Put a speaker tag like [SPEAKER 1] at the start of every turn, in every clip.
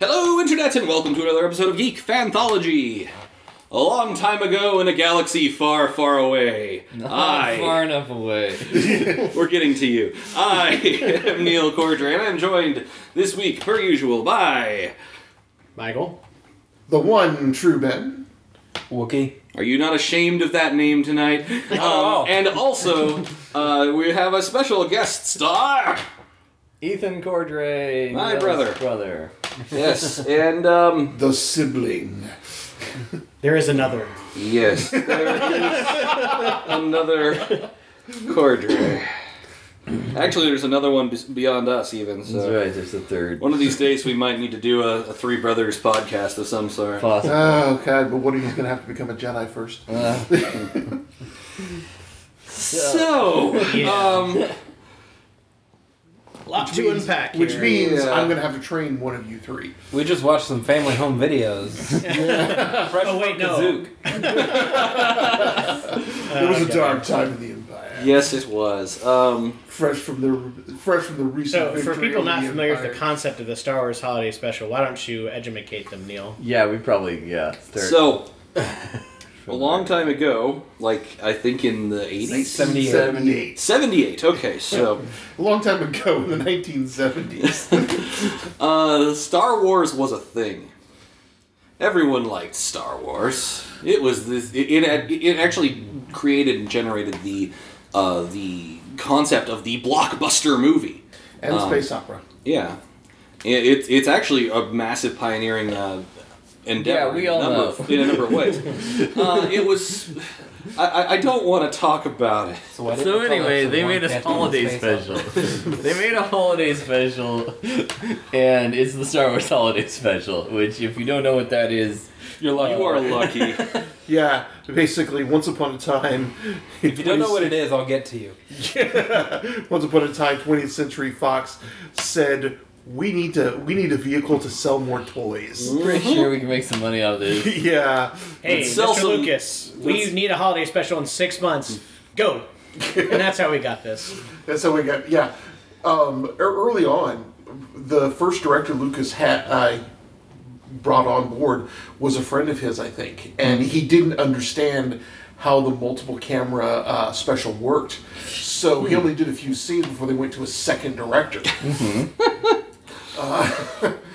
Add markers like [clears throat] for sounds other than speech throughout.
[SPEAKER 1] Hello, Internet, and welcome to another episode of Geek Fanthology. A long time ago in a galaxy far, far away,
[SPEAKER 2] Not
[SPEAKER 1] I.
[SPEAKER 2] [laughs] far enough away.
[SPEAKER 1] We're getting to you.
[SPEAKER 2] [laughs]
[SPEAKER 1] I am Neil Cordray, and I'm joined this week, per usual, by.
[SPEAKER 3] Michael.
[SPEAKER 4] The one true Ben.
[SPEAKER 2] Wookie.
[SPEAKER 1] Are you not ashamed of that name tonight?
[SPEAKER 2] [laughs] Oh.
[SPEAKER 1] Um, and also, uh, we have a special guest star!
[SPEAKER 2] Ethan Cordray.
[SPEAKER 1] My
[SPEAKER 2] Neil's
[SPEAKER 1] brother.
[SPEAKER 2] Brother.
[SPEAKER 1] Yes, [laughs] and, um,
[SPEAKER 4] The sibling.
[SPEAKER 3] There is another.
[SPEAKER 2] [laughs]
[SPEAKER 1] yes, there is another Cordray. Actually, there's another one bes- beyond us, even, so.
[SPEAKER 2] That's right. There's the third.
[SPEAKER 1] One of these days, we might need to do a, a Three Brothers podcast of some sort.
[SPEAKER 2] Possible.
[SPEAKER 4] Oh god, but what are you gonna have to become a Jedi first?
[SPEAKER 2] Uh,
[SPEAKER 1] So, um,
[SPEAKER 3] A lot to unpack.
[SPEAKER 4] Which
[SPEAKER 3] here.
[SPEAKER 4] means
[SPEAKER 1] Yeah.
[SPEAKER 4] I'm gonna have to train one of you three.
[SPEAKER 2] we just watched some family home videos. [laughs] Fresh
[SPEAKER 3] Oh, wait,
[SPEAKER 2] from
[SPEAKER 3] no.
[SPEAKER 2] Kazook.
[SPEAKER 3] Uh,
[SPEAKER 4] it was a
[SPEAKER 3] okay.
[SPEAKER 4] dark time in the Empire.
[SPEAKER 1] yes, it was. Um,
[SPEAKER 4] Fresh from the fresh from the recent.
[SPEAKER 3] So, for
[SPEAKER 4] victory
[SPEAKER 3] people
[SPEAKER 4] over
[SPEAKER 3] not
[SPEAKER 4] the
[SPEAKER 3] familiar with
[SPEAKER 4] Empire.
[SPEAKER 3] the concept of the Star Wars Holiday Special, why don't you educate them, Neil?
[SPEAKER 2] [laughs] Yeah, we probably yeah. Third. [laughs]
[SPEAKER 1] so, a long time ago, like I think in the 80s?
[SPEAKER 2] 78.
[SPEAKER 4] 78.
[SPEAKER 1] 78, okay, so
[SPEAKER 4] A long time ago in the
[SPEAKER 2] [laughs]
[SPEAKER 4] 1970s.
[SPEAKER 1] uh, Star Wars was a thing. Everyone liked Star Wars. It was this. It, it, it actually created and generated the uh, the concept of the blockbuster movie.
[SPEAKER 4] and space
[SPEAKER 2] Um.
[SPEAKER 4] opera.
[SPEAKER 1] Yeah, it, it, it's actually a massive pioneering uh, endeavor.
[SPEAKER 2] Yeah, we
[SPEAKER 1] in a
[SPEAKER 2] all
[SPEAKER 1] number
[SPEAKER 2] know.
[SPEAKER 1] Of, in a number of ways. uh, it was. I- I, I don't want to talk about it.
[SPEAKER 2] So, why didn't
[SPEAKER 5] So
[SPEAKER 2] we call
[SPEAKER 5] anyway,
[SPEAKER 2] episode
[SPEAKER 5] they
[SPEAKER 2] one
[SPEAKER 5] made a
[SPEAKER 2] Captain
[SPEAKER 5] holiday
[SPEAKER 2] Space Opera?
[SPEAKER 5] special.
[SPEAKER 2] [laughs]
[SPEAKER 5] they made a holiday special, and it's the Star Wars holiday special. Which, if you don't know what that is, you're lucky.
[SPEAKER 1] You
[SPEAKER 5] [laughs]
[SPEAKER 1] are lucky.
[SPEAKER 4] Yeah, basically, once upon a time.
[SPEAKER 2] If
[SPEAKER 4] [laughs]
[SPEAKER 2] you don't know what it is, I'll get to you.
[SPEAKER 4] Once upon a time, 20th Century Fox said, "We need to, we need a vehicle to sell more toys."
[SPEAKER 5] Pretty sure we can make some money out of [laughs] this.
[SPEAKER 4] yeah,
[SPEAKER 3] Hey,
[SPEAKER 1] Let's sell
[SPEAKER 3] Mr.
[SPEAKER 1] some-
[SPEAKER 3] Lucas, we
[SPEAKER 1] let's-
[SPEAKER 3] need a holiday special in six months.
[SPEAKER 2] [laughs]
[SPEAKER 3] Go! and that's how we got this.
[SPEAKER 4] That's how we got. Yeah, um, e- early on, the first director Lucas had I brought on board was a friend of his, I think, and he didn't understand how the multiple camera uh, special worked. So he only did a few scenes before they went to a second director.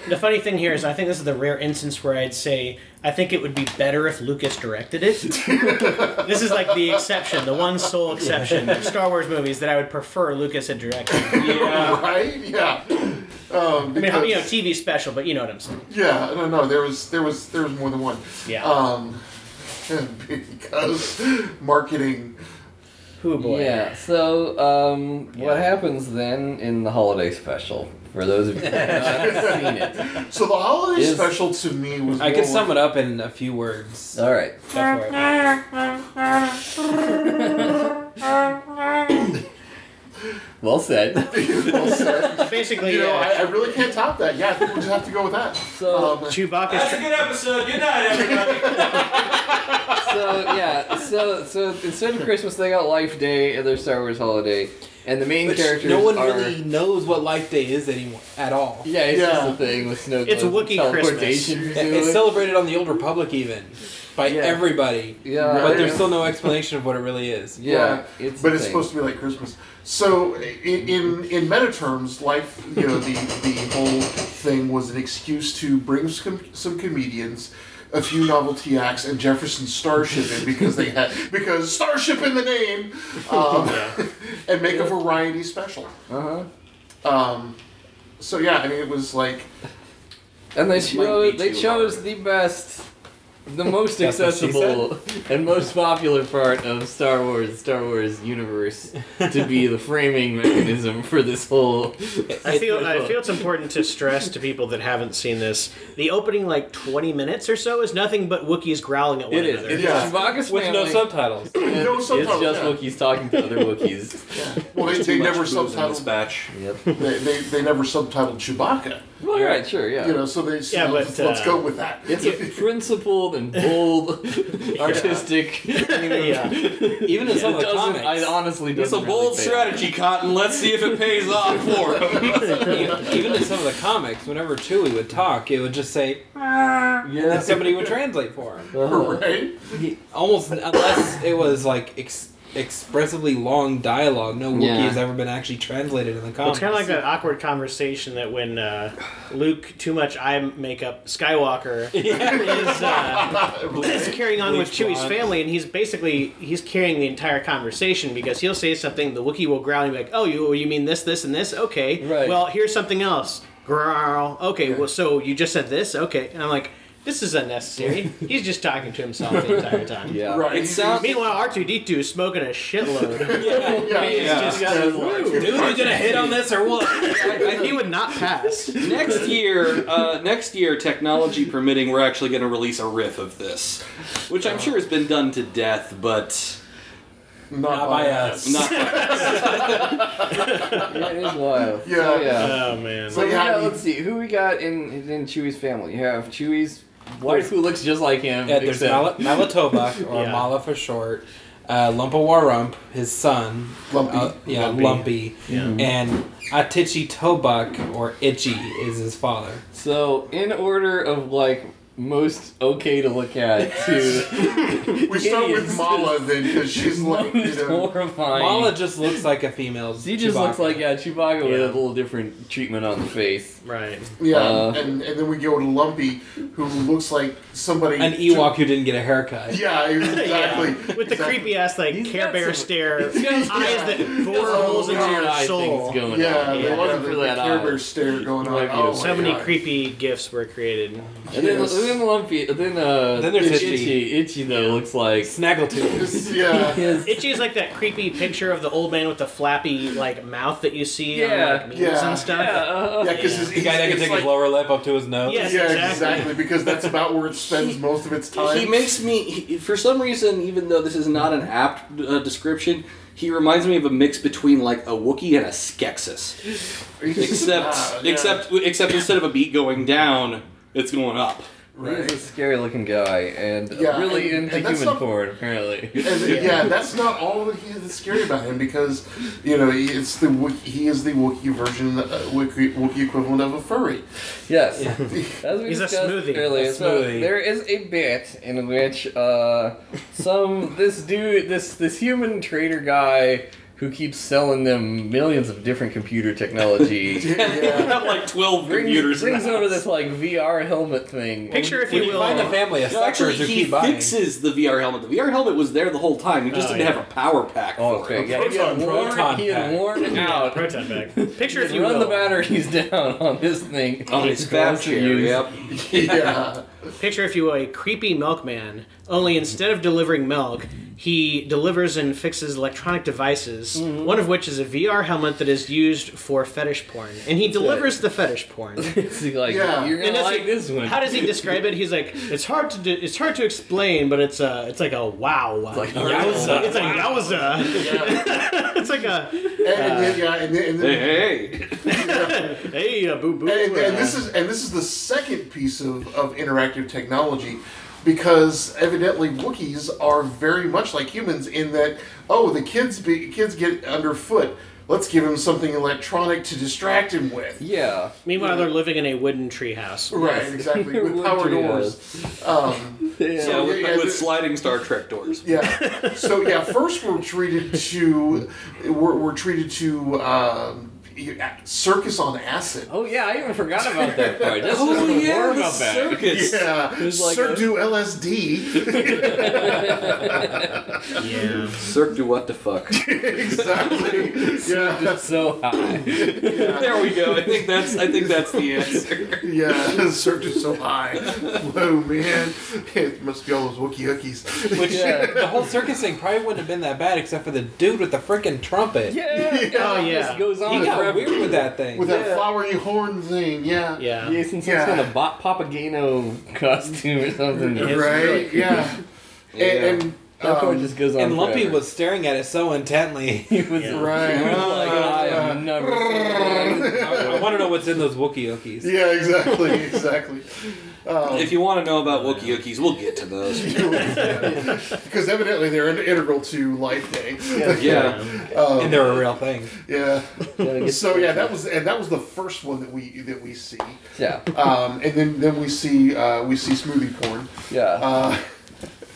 [SPEAKER 3] The funny thing here is, I think this is the rare instance where I'd say, I think it would be better if Lucas directed
[SPEAKER 2] [laughs]
[SPEAKER 3] it. this is like the exception, the one sole exception of Star Wars movies that I would prefer Lucas had directed.
[SPEAKER 1] Yeah.
[SPEAKER 4] [laughs] right? Yeah. Um,
[SPEAKER 3] I mean,
[SPEAKER 4] because-
[SPEAKER 3] you know, TV special, but you know what I'm saying.
[SPEAKER 4] yeah, no, no, there was, there was, there was more than one.
[SPEAKER 3] Yeah.
[SPEAKER 4] Um, because marketing.
[SPEAKER 3] Who boy.
[SPEAKER 2] Yeah. So, um, what
[SPEAKER 3] Yeah.
[SPEAKER 2] happens then in the holiday special? For those of you who have
[SPEAKER 5] [laughs]
[SPEAKER 2] not seen it.
[SPEAKER 4] So the holiday
[SPEAKER 2] Is-
[SPEAKER 4] special to me was.
[SPEAKER 6] I
[SPEAKER 4] more
[SPEAKER 6] could
[SPEAKER 4] [laughs]
[SPEAKER 6] sum
[SPEAKER 4] like-
[SPEAKER 6] it up in uh, a few words.
[SPEAKER 2] All right.
[SPEAKER 3] Go for it.
[SPEAKER 2] Well said.
[SPEAKER 4] Well said.
[SPEAKER 3] Basically, uh,
[SPEAKER 4] You know,
[SPEAKER 3] yeah.
[SPEAKER 4] I, I really can't top that. Yeah, I think we'll just have to go with that.
[SPEAKER 2] So-
[SPEAKER 4] Um,
[SPEAKER 3] Chewbacca's.
[SPEAKER 1] That's a good episode. Good night, everybody.
[SPEAKER 2] [laughs] so yeah, so so instead of Christmas, they got Life Day and their Star Wars holiday, and the main
[SPEAKER 6] Which
[SPEAKER 2] characters
[SPEAKER 6] no one
[SPEAKER 2] are
[SPEAKER 6] really knows what Life Day is anymore at all.
[SPEAKER 2] yeah, it's just
[SPEAKER 4] Yeah.
[SPEAKER 2] a thing with snow.
[SPEAKER 3] It's
[SPEAKER 2] globes and
[SPEAKER 3] Wookiee
[SPEAKER 2] teleportation
[SPEAKER 3] Christmas.
[SPEAKER 2] to
[SPEAKER 6] It's
[SPEAKER 2] it.
[SPEAKER 6] celebrated on the Old Republic even by
[SPEAKER 2] Yeah.
[SPEAKER 6] everybody,
[SPEAKER 2] yeah,
[SPEAKER 6] but
[SPEAKER 4] Right.
[SPEAKER 6] there's still no explanation of what it really is.
[SPEAKER 2] yeah, it's
[SPEAKER 4] but
[SPEAKER 2] a
[SPEAKER 4] it's
[SPEAKER 2] thing.
[SPEAKER 4] supposed to be like Christmas. So i- in in, in meta terms, life, you know, the the whole thing was an excuse to bring some some comedians. A few novelty acts and Jefferson Starship in because they had because Starship in the name, um, [laughs] and make a variety special.
[SPEAKER 2] Uh-huh.
[SPEAKER 4] Um, so yeah, I mean it was like
[SPEAKER 2] and they
[SPEAKER 1] might
[SPEAKER 2] chose
[SPEAKER 1] be
[SPEAKER 2] they
[SPEAKER 1] too
[SPEAKER 2] chose the best, the most
[SPEAKER 6] That's what she
[SPEAKER 2] accessible and most popular part of Star Wars Star Wars universe to be the framing mechanism for this whole.
[SPEAKER 3] I feel, I feel it's important to stress to people that haven't seen this. The opening, like 20 minutes or so, is nothing but Wookiees growling at one
[SPEAKER 2] It is.
[SPEAKER 3] another.
[SPEAKER 2] It's
[SPEAKER 4] Yeah.
[SPEAKER 2] Chewbacca's
[SPEAKER 6] With no
[SPEAKER 2] family.
[SPEAKER 6] subtitles.
[SPEAKER 2] And
[SPEAKER 4] [laughs] No
[SPEAKER 2] it's
[SPEAKER 4] subtitles,
[SPEAKER 2] just
[SPEAKER 4] yeah.
[SPEAKER 2] Wookiees talking to other Wookiees.
[SPEAKER 4] Well, they, they
[SPEAKER 1] Too much
[SPEAKER 4] never
[SPEAKER 1] booze in this
[SPEAKER 4] subtitled.
[SPEAKER 1] batch.
[SPEAKER 5] Yep.
[SPEAKER 4] They, they, they never subtitled Chewbacca.
[SPEAKER 5] Well, you're right, sure, yeah.
[SPEAKER 4] You know, so they so
[SPEAKER 3] Yeah,
[SPEAKER 4] let's,
[SPEAKER 3] but, uh,
[SPEAKER 4] let's go with that.
[SPEAKER 5] it's a principled and bold,
[SPEAKER 4] [laughs]
[SPEAKER 5] artistic.
[SPEAKER 3] yeah.
[SPEAKER 6] [laughs] Even in some
[SPEAKER 5] It
[SPEAKER 6] of the
[SPEAKER 5] doesn't.
[SPEAKER 6] comics,
[SPEAKER 5] I honestly
[SPEAKER 1] It's
[SPEAKER 5] doesn't.
[SPEAKER 1] a bold strategy, Cotton. Let's see if it pays off for him.
[SPEAKER 6] even in some of the comics, whenever Chewie would talk, it would just say, "Ah," and then [laughs] somebody would translate for him.
[SPEAKER 4] [laughs] Right?
[SPEAKER 6] He- almost unless it was like ex- expressively long dialogue, no Wookiee
[SPEAKER 5] Yeah.
[SPEAKER 6] has ever been actually translated in the
[SPEAKER 3] It's
[SPEAKER 6] comics.
[SPEAKER 3] kind of like that awkward conversation that when uh, Luke too much eye makeup Skywalker
[SPEAKER 6] [laughs]
[SPEAKER 3] is, uh, is carrying on with
[SPEAKER 6] Luke's
[SPEAKER 3] Chewie's
[SPEAKER 6] blonde.
[SPEAKER 3] family, and he's basically he's carrying the entire conversation because he'll say something, the Wookiee will growl and be like, "Oh, you you mean this, this, and this? Okay,
[SPEAKER 5] Right.
[SPEAKER 3] well here's something else." Growl. Okay, well so you just said this. Okay, and I'm like, this is unnecessary. he's just talking to himself the entire time.
[SPEAKER 5] Yeah.
[SPEAKER 4] Right.
[SPEAKER 1] It sounds.
[SPEAKER 3] Meanwhile, R2D2 is smoking a shitload.
[SPEAKER 4] Yeah.
[SPEAKER 1] Yeah.
[SPEAKER 3] just got his
[SPEAKER 6] Dude, you gonna hit on this or
[SPEAKER 3] [laughs]
[SPEAKER 6] what?
[SPEAKER 3] he would not pass.
[SPEAKER 1] [laughs] Next year, uh, next year, technology permitting, we're actually going to release a riff of this, which I'm sure has been done to death, but
[SPEAKER 4] Not,
[SPEAKER 6] Not by us.
[SPEAKER 1] not.
[SPEAKER 5] That is wild.
[SPEAKER 4] Yeah.
[SPEAKER 5] Oh, yeah.
[SPEAKER 3] Oh man.
[SPEAKER 4] So
[SPEAKER 5] So
[SPEAKER 4] yeah,
[SPEAKER 5] yeah,
[SPEAKER 4] I mean-
[SPEAKER 5] let's see who we got in in Chewie's family. You have Chewie's wife who looks just like him.
[SPEAKER 6] Yeah, there's
[SPEAKER 5] except-
[SPEAKER 3] [laughs]
[SPEAKER 6] Mal- Malatobak, or
[SPEAKER 3] Yeah.
[SPEAKER 6] Mala for short, uh, Lumpa his son.
[SPEAKER 4] Lumpy.
[SPEAKER 6] Uh, yeah,
[SPEAKER 3] Lumpy.
[SPEAKER 6] Lumpy.
[SPEAKER 3] Yeah.
[SPEAKER 6] And Atichi Tobuck, or Itchy, is his father.
[SPEAKER 5] So in order of like most okay to look at to
[SPEAKER 4] we start
[SPEAKER 5] idiots.
[SPEAKER 4] with Mala then
[SPEAKER 5] [laughs]
[SPEAKER 4] because she's like, you
[SPEAKER 5] most
[SPEAKER 4] know,
[SPEAKER 5] horrifying.
[SPEAKER 6] Mala just looks like a female.
[SPEAKER 5] she just
[SPEAKER 6] Chewbacca.
[SPEAKER 5] looks like yeah, Chewbacca with a
[SPEAKER 3] Yeah.
[SPEAKER 5] little different treatment on the face.
[SPEAKER 3] Right.
[SPEAKER 4] yeah,
[SPEAKER 5] Uh,
[SPEAKER 4] and, and then we go to Lumpy, who looks like somebody
[SPEAKER 6] an Ewok who didn't get a [laughs] haircut.
[SPEAKER 4] Yeah, exactly.
[SPEAKER 3] Yeah. With the
[SPEAKER 4] exactly.
[SPEAKER 3] creepy ass like Care
[SPEAKER 5] got
[SPEAKER 3] Bear
[SPEAKER 5] some- [laughs]
[SPEAKER 3] stare, [laughs] eyes that bore
[SPEAKER 4] Oh,
[SPEAKER 3] holes into
[SPEAKER 4] God,
[SPEAKER 3] your
[SPEAKER 5] I
[SPEAKER 3] soul.
[SPEAKER 5] think it's going
[SPEAKER 4] Yeah,
[SPEAKER 5] on.
[SPEAKER 4] the
[SPEAKER 3] Yeah,
[SPEAKER 4] one
[SPEAKER 5] for
[SPEAKER 4] of the, the
[SPEAKER 5] that
[SPEAKER 4] Care
[SPEAKER 5] eye.
[SPEAKER 4] Bear stare going on.
[SPEAKER 5] Might be
[SPEAKER 4] Oh
[SPEAKER 5] a-
[SPEAKER 4] my
[SPEAKER 3] So many
[SPEAKER 4] God.
[SPEAKER 3] creepy gifts were created.
[SPEAKER 5] And then,
[SPEAKER 4] Yes.
[SPEAKER 5] then Lumpy, then uh,
[SPEAKER 6] Then there's
[SPEAKER 5] itchy.
[SPEAKER 6] Itchy.
[SPEAKER 5] itchy. though looks like
[SPEAKER 6] Snaggletooth.
[SPEAKER 4] This- yeah.
[SPEAKER 5] his
[SPEAKER 3] Itchy is like that creepy picture of the old man with the flappy like mouth that you see
[SPEAKER 5] Yeah.
[SPEAKER 3] on like memes
[SPEAKER 4] Yeah.
[SPEAKER 3] and
[SPEAKER 5] [laughs]
[SPEAKER 3] stuff.
[SPEAKER 5] yeah, uh,
[SPEAKER 4] Yeah, because
[SPEAKER 6] The guy that can take his lower lip up to his nose.
[SPEAKER 3] Yes,
[SPEAKER 4] Yeah,
[SPEAKER 3] exactly.
[SPEAKER 4] exactly. Because that's about where it spends most of its time.
[SPEAKER 1] He makes me, he, for some reason, even though this is not an apt uh, description, he reminds me of a mix between like a Wookiee and a Skeksis, except
[SPEAKER 4] Ah, yeah.
[SPEAKER 1] except except instead of a beat going down, it's going up. [laughs]
[SPEAKER 4] right.
[SPEAKER 5] He's a scary looking guy and
[SPEAKER 4] Yeah,
[SPEAKER 5] really
[SPEAKER 4] and-
[SPEAKER 5] into
[SPEAKER 4] and that's
[SPEAKER 5] human
[SPEAKER 4] not-
[SPEAKER 5] porn, apparently.
[SPEAKER 4] And yeah. that's not all that he is that's scary about him because, you know, he- it's the Wookie- he is the Wookiee version, uh, Wookiee, Wookiee equivalent of a furry.
[SPEAKER 5] Yes. [laughs] As we
[SPEAKER 3] He's a
[SPEAKER 5] discussed
[SPEAKER 3] smoothie.
[SPEAKER 5] Earlier,
[SPEAKER 6] A
[SPEAKER 5] so
[SPEAKER 6] smoothie.
[SPEAKER 5] there is a bit in which uh, some this dude this this human trader guy who keeps selling them millions of different computer
[SPEAKER 1] [laughs] I
[SPEAKER 5] technology
[SPEAKER 4] Yeah,
[SPEAKER 1] have like twelve
[SPEAKER 5] brings,
[SPEAKER 1] computers. in
[SPEAKER 5] brings
[SPEAKER 1] the
[SPEAKER 5] over
[SPEAKER 1] house.
[SPEAKER 5] this like VR helmet thing.
[SPEAKER 3] Picture if
[SPEAKER 6] When
[SPEAKER 3] you
[SPEAKER 6] you
[SPEAKER 3] will.
[SPEAKER 6] find [laughs] a family of
[SPEAKER 1] No, actually,
[SPEAKER 6] suckers who
[SPEAKER 1] he
[SPEAKER 6] keep buying.
[SPEAKER 1] fixes the VR helmet. The VR helmet was there the whole time. He just
[SPEAKER 3] Oh,
[SPEAKER 1] didn't
[SPEAKER 3] yeah.
[SPEAKER 1] have a power pack
[SPEAKER 5] Oh,
[SPEAKER 1] for it.
[SPEAKER 5] okay, yeah, he
[SPEAKER 4] Proton,
[SPEAKER 5] had worn,
[SPEAKER 6] proton
[SPEAKER 5] he had
[SPEAKER 6] pack.
[SPEAKER 5] worn out.
[SPEAKER 3] Proton bag. Picture if
[SPEAKER 5] He's
[SPEAKER 3] you
[SPEAKER 5] run
[SPEAKER 3] will.
[SPEAKER 5] the batteries [laughs] down on this thing.
[SPEAKER 1] On his fab
[SPEAKER 5] Gross to
[SPEAKER 1] chair.
[SPEAKER 5] use.
[SPEAKER 1] Oh, Yep.
[SPEAKER 4] yeah.
[SPEAKER 3] Picture, if you will, a creepy milkman, only instead of delivering milk, he delivers and fixes electronic devices, one of which is a VR helmet that is used for fetish porn. And he delivers the fetish porn.
[SPEAKER 5] [laughs] [laughs] It's like
[SPEAKER 4] Yeah.
[SPEAKER 5] you're
[SPEAKER 3] And
[SPEAKER 5] gonna
[SPEAKER 3] that's
[SPEAKER 5] like
[SPEAKER 3] it.
[SPEAKER 5] this one.
[SPEAKER 3] How does he describe it? He's like, it's hard to do, it's hard to explain, but it's a it's like a wow. It's
[SPEAKER 5] like a
[SPEAKER 3] yowza. It's a
[SPEAKER 4] [laughs]
[SPEAKER 3] yowza. [laughs]
[SPEAKER 4] yeah.
[SPEAKER 3] it's like a
[SPEAKER 4] And, and then, yeah, and then, and
[SPEAKER 1] Hey,
[SPEAKER 4] then
[SPEAKER 1] hey, hey.
[SPEAKER 3] hey a boo boo.
[SPEAKER 4] and, and- and
[SPEAKER 3] uh,
[SPEAKER 4] this is and this is the second piece of, of interactive technology because evidently Wookiees are very much like humans in that oh the kids be, kids get underfoot let's give him something electronic to distract him with
[SPEAKER 5] Yeah.
[SPEAKER 3] Meanwhile, they're living in a wooden treehouse.
[SPEAKER 4] right
[SPEAKER 5] [laughs]
[SPEAKER 4] exactly with
[SPEAKER 5] Would
[SPEAKER 4] power
[SPEAKER 5] you
[SPEAKER 4] doors um,
[SPEAKER 5] [laughs] Yeah.
[SPEAKER 1] with,
[SPEAKER 4] yeah,
[SPEAKER 1] with
[SPEAKER 4] this-
[SPEAKER 1] sliding Star Trek doors.
[SPEAKER 4] yeah so yeah first we're treated to we're, we're treated to um, circus on acid
[SPEAKER 5] Oh yeah, I even forgot about that part. That's
[SPEAKER 1] Oh
[SPEAKER 5] just
[SPEAKER 1] yeah,
[SPEAKER 5] more
[SPEAKER 1] the
[SPEAKER 5] about that.
[SPEAKER 1] circus.
[SPEAKER 4] [laughs] yeah,
[SPEAKER 5] like
[SPEAKER 4] Sir
[SPEAKER 5] a-
[SPEAKER 4] do LSD.
[SPEAKER 3] Yeah.
[SPEAKER 1] [laughs] Cirque du what the fuck.
[SPEAKER 5] [laughs]
[SPEAKER 4] [laughs] exactly. Yeah.
[SPEAKER 5] So
[SPEAKER 1] [laughs]
[SPEAKER 5] high. [laughs]
[SPEAKER 1] there we go. I think that's I think that's the answer.
[SPEAKER 4] Yeah, [laughs] the surge is so high. Whoa, man. It must be all those wookie hookies.
[SPEAKER 6] Which
[SPEAKER 5] Yeah.
[SPEAKER 6] the whole circus thing probably wouldn't have been that bad except for the dude with the freaking trumpet.
[SPEAKER 5] Yeah.
[SPEAKER 3] Oh,
[SPEAKER 5] it
[SPEAKER 3] [laughs] yeah.
[SPEAKER 5] Just goes on.
[SPEAKER 6] He got
[SPEAKER 5] forever.
[SPEAKER 6] weird with that thing.
[SPEAKER 4] With that
[SPEAKER 5] Yeah.
[SPEAKER 4] flowery horn thing, yeah.
[SPEAKER 3] Yeah.
[SPEAKER 5] Yeah, since
[SPEAKER 4] Yeah.
[SPEAKER 5] yeah. kind of bot Papageno costume or something.
[SPEAKER 3] Yeah.
[SPEAKER 5] [laughs]
[SPEAKER 4] Right? Yeah.
[SPEAKER 1] [laughs] Yeah.
[SPEAKER 4] And, and
[SPEAKER 5] That part just goes on.
[SPEAKER 6] And Lumpy
[SPEAKER 5] forever.
[SPEAKER 4] [laughs]
[SPEAKER 6] was staring at it so intently.
[SPEAKER 5] He was
[SPEAKER 3] Yeah.
[SPEAKER 5] right. He was like, I
[SPEAKER 4] Uh,
[SPEAKER 5] am
[SPEAKER 4] [laughs]
[SPEAKER 5] never.
[SPEAKER 4] um,
[SPEAKER 6] I, [laughs] I want to know what's in those Wookie Ookies.
[SPEAKER 4] Yeah,
[SPEAKER 6] [laughs]
[SPEAKER 4] exactly, exactly.
[SPEAKER 1] um, If you want to know about Wookiee Ookies, we'll get to those.
[SPEAKER 4] Because evidently they're in- integral to Life Day.
[SPEAKER 1] [laughs]
[SPEAKER 4] Um,
[SPEAKER 1] Yeah.
[SPEAKER 6] And they're a real thing.
[SPEAKER 4] Yeah.
[SPEAKER 5] Yeah.
[SPEAKER 4] So yeah, that was and that was the first one that we that we see,
[SPEAKER 5] Yeah.
[SPEAKER 4] um, and then then we see uh, we see smoothie porn.
[SPEAKER 5] Yeah.
[SPEAKER 4] Uh,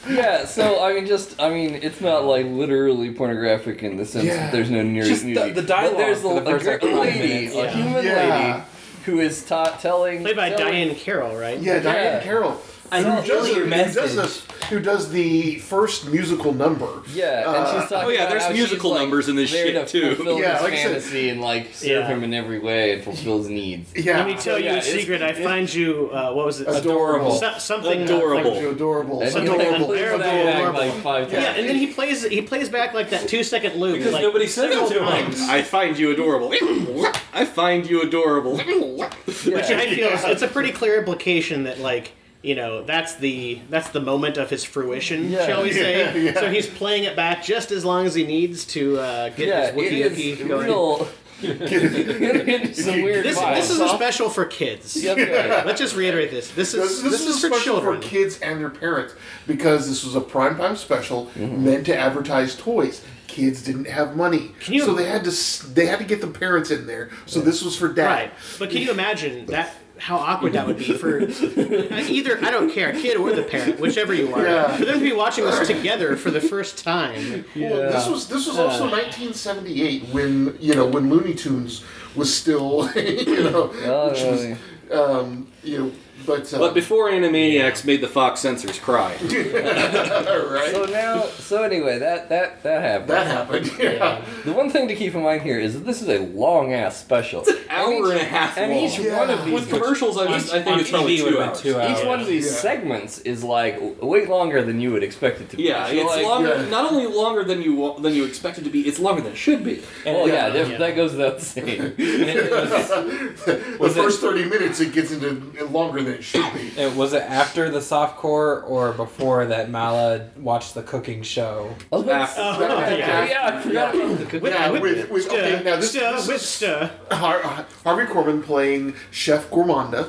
[SPEAKER 5] yeah. So I mean, just I mean, it's not like literally pornographic in the sense
[SPEAKER 4] Yeah.
[SPEAKER 5] that there's no nudity.
[SPEAKER 6] Just the- the
[SPEAKER 5] But
[SPEAKER 6] dialogue
[SPEAKER 5] There's
[SPEAKER 6] for
[SPEAKER 5] a,
[SPEAKER 6] the first,
[SPEAKER 5] a
[SPEAKER 6] like,
[SPEAKER 5] girl- a
[SPEAKER 6] five
[SPEAKER 5] lady,
[SPEAKER 6] minutes.
[SPEAKER 5] a
[SPEAKER 3] Yeah.
[SPEAKER 5] human
[SPEAKER 4] Yeah.
[SPEAKER 5] lady, who is taught telling
[SPEAKER 3] Played by
[SPEAKER 5] telling-
[SPEAKER 3] Diane Carroll, right?
[SPEAKER 4] yeah, Diane
[SPEAKER 5] Yeah.
[SPEAKER 4] Carroll.
[SPEAKER 6] I
[SPEAKER 4] who
[SPEAKER 6] know
[SPEAKER 4] does,
[SPEAKER 6] your
[SPEAKER 4] who does
[SPEAKER 6] message.
[SPEAKER 4] this, who does the first musical number?
[SPEAKER 5] Yeah,
[SPEAKER 4] Uh,
[SPEAKER 5] and she's talking.
[SPEAKER 1] oh, yeah,
[SPEAKER 5] about
[SPEAKER 1] there's
[SPEAKER 5] how she's,
[SPEAKER 1] musical
[SPEAKER 5] like,
[SPEAKER 1] numbers in this
[SPEAKER 5] there
[SPEAKER 1] shit,
[SPEAKER 5] to
[SPEAKER 1] too.
[SPEAKER 5] fulfill
[SPEAKER 4] Yeah,
[SPEAKER 5] his
[SPEAKER 4] like I said-
[SPEAKER 5] fantasy and like serve
[SPEAKER 3] Yeah.
[SPEAKER 5] him in every way and fulfill his needs.
[SPEAKER 4] Yeah,
[SPEAKER 3] Let me tell you
[SPEAKER 5] Yeah,
[SPEAKER 3] a
[SPEAKER 5] it's-
[SPEAKER 3] secret. I find you, uh, what was it?
[SPEAKER 4] Adorable.
[SPEAKER 3] So- something uh,
[SPEAKER 1] Adorable.
[SPEAKER 4] You're adorable,
[SPEAKER 5] And he, like,
[SPEAKER 4] adorable,
[SPEAKER 5] plays that
[SPEAKER 4] adorable.
[SPEAKER 5] back, like five
[SPEAKER 3] Yeah,
[SPEAKER 5] times.
[SPEAKER 3] and then he plays he plays back like that two second loop
[SPEAKER 1] Because
[SPEAKER 3] like,
[SPEAKER 1] nobody said it
[SPEAKER 3] several
[SPEAKER 1] to him.
[SPEAKER 3] times.
[SPEAKER 1] I find you adorable. [laughs] I find you [laughs] adorable.
[SPEAKER 3] Which I feel is, it's a pretty clear implication that like you know that's the that's the moment of his fruition,
[SPEAKER 5] Yeah.
[SPEAKER 3] shall we say?
[SPEAKER 4] [laughs] Yeah, yeah.
[SPEAKER 3] So he's playing it back just as long as he needs to uh, get
[SPEAKER 5] Yeah,
[SPEAKER 3] his wookie
[SPEAKER 5] it is
[SPEAKER 3] Ookie going.
[SPEAKER 5] real. [laughs]
[SPEAKER 4] [laughs]
[SPEAKER 5] it's a weird
[SPEAKER 3] This,
[SPEAKER 5] vibe.
[SPEAKER 3] this is a special for kids.
[SPEAKER 5] [laughs] Yeah, okay.
[SPEAKER 3] Let's just reiterate this. This
[SPEAKER 4] This,
[SPEAKER 3] is
[SPEAKER 4] this, is,
[SPEAKER 3] for
[SPEAKER 4] special
[SPEAKER 3] children.
[SPEAKER 4] for kids and their parents because this was a primetime special meant to advertise toys. Kids didn't have money,
[SPEAKER 3] Can you-
[SPEAKER 4] so they had to s- they had to get the parents in there. So this was for dad.
[SPEAKER 3] Right. But can you imagine that? How awkward that would be
[SPEAKER 4] [laughs]
[SPEAKER 3] for either I don't care, kid or the parent, whichever you are,
[SPEAKER 4] Yeah.
[SPEAKER 3] for them to be watching this together for the first time.
[SPEAKER 4] Well, this
[SPEAKER 5] Yeah.
[SPEAKER 4] was this was also 1978 when you know when Looney Tunes was still [laughs] you know
[SPEAKER 5] [laughs] Oh,
[SPEAKER 4] which
[SPEAKER 5] really?
[SPEAKER 4] was um, you know but, uh,
[SPEAKER 1] But
[SPEAKER 4] [laughs]
[SPEAKER 1] before Animaniacs made the Fox censors cry. [laughs]
[SPEAKER 4] right
[SPEAKER 5] So now, so anyway, that that that happened.
[SPEAKER 4] that happened yeah,
[SPEAKER 5] The one thing to keep in mind here is that this is a long ass [laughs] special.
[SPEAKER 1] Hour and a half
[SPEAKER 5] and
[SPEAKER 1] long.
[SPEAKER 5] each
[SPEAKER 4] Yeah.
[SPEAKER 5] one of these,
[SPEAKER 1] With commercials, I, was, I think it's probably two hours.
[SPEAKER 5] each one of these
[SPEAKER 4] Yeah.
[SPEAKER 5] segments is like w- way longer than you would expect it to be.
[SPEAKER 1] Yeah,
[SPEAKER 5] So,
[SPEAKER 1] it's
[SPEAKER 5] like, [laughs]
[SPEAKER 1] longer.
[SPEAKER 4] yeah.
[SPEAKER 1] Not only longer than you wa- than you expect it to be, it's longer than it should be.
[SPEAKER 5] Well, yeah, that,
[SPEAKER 3] Yeah.
[SPEAKER 5] that goes without [laughs] saying.
[SPEAKER 4] [laughs] the first 30 minutes it gets into longer than it should be
[SPEAKER 6] It, was it after the softcore or before that Mala watched the cooking show?
[SPEAKER 5] Oh, that's-
[SPEAKER 1] After-
[SPEAKER 5] oh, yeah. I forgot about the cooking.
[SPEAKER 4] now with, with
[SPEAKER 3] Stir,
[SPEAKER 4] okay now this,
[SPEAKER 3] stir,
[SPEAKER 4] this
[SPEAKER 3] with
[SPEAKER 4] is
[SPEAKER 3] stir.
[SPEAKER 4] Har- Harvey Korman playing Chef Gourmanda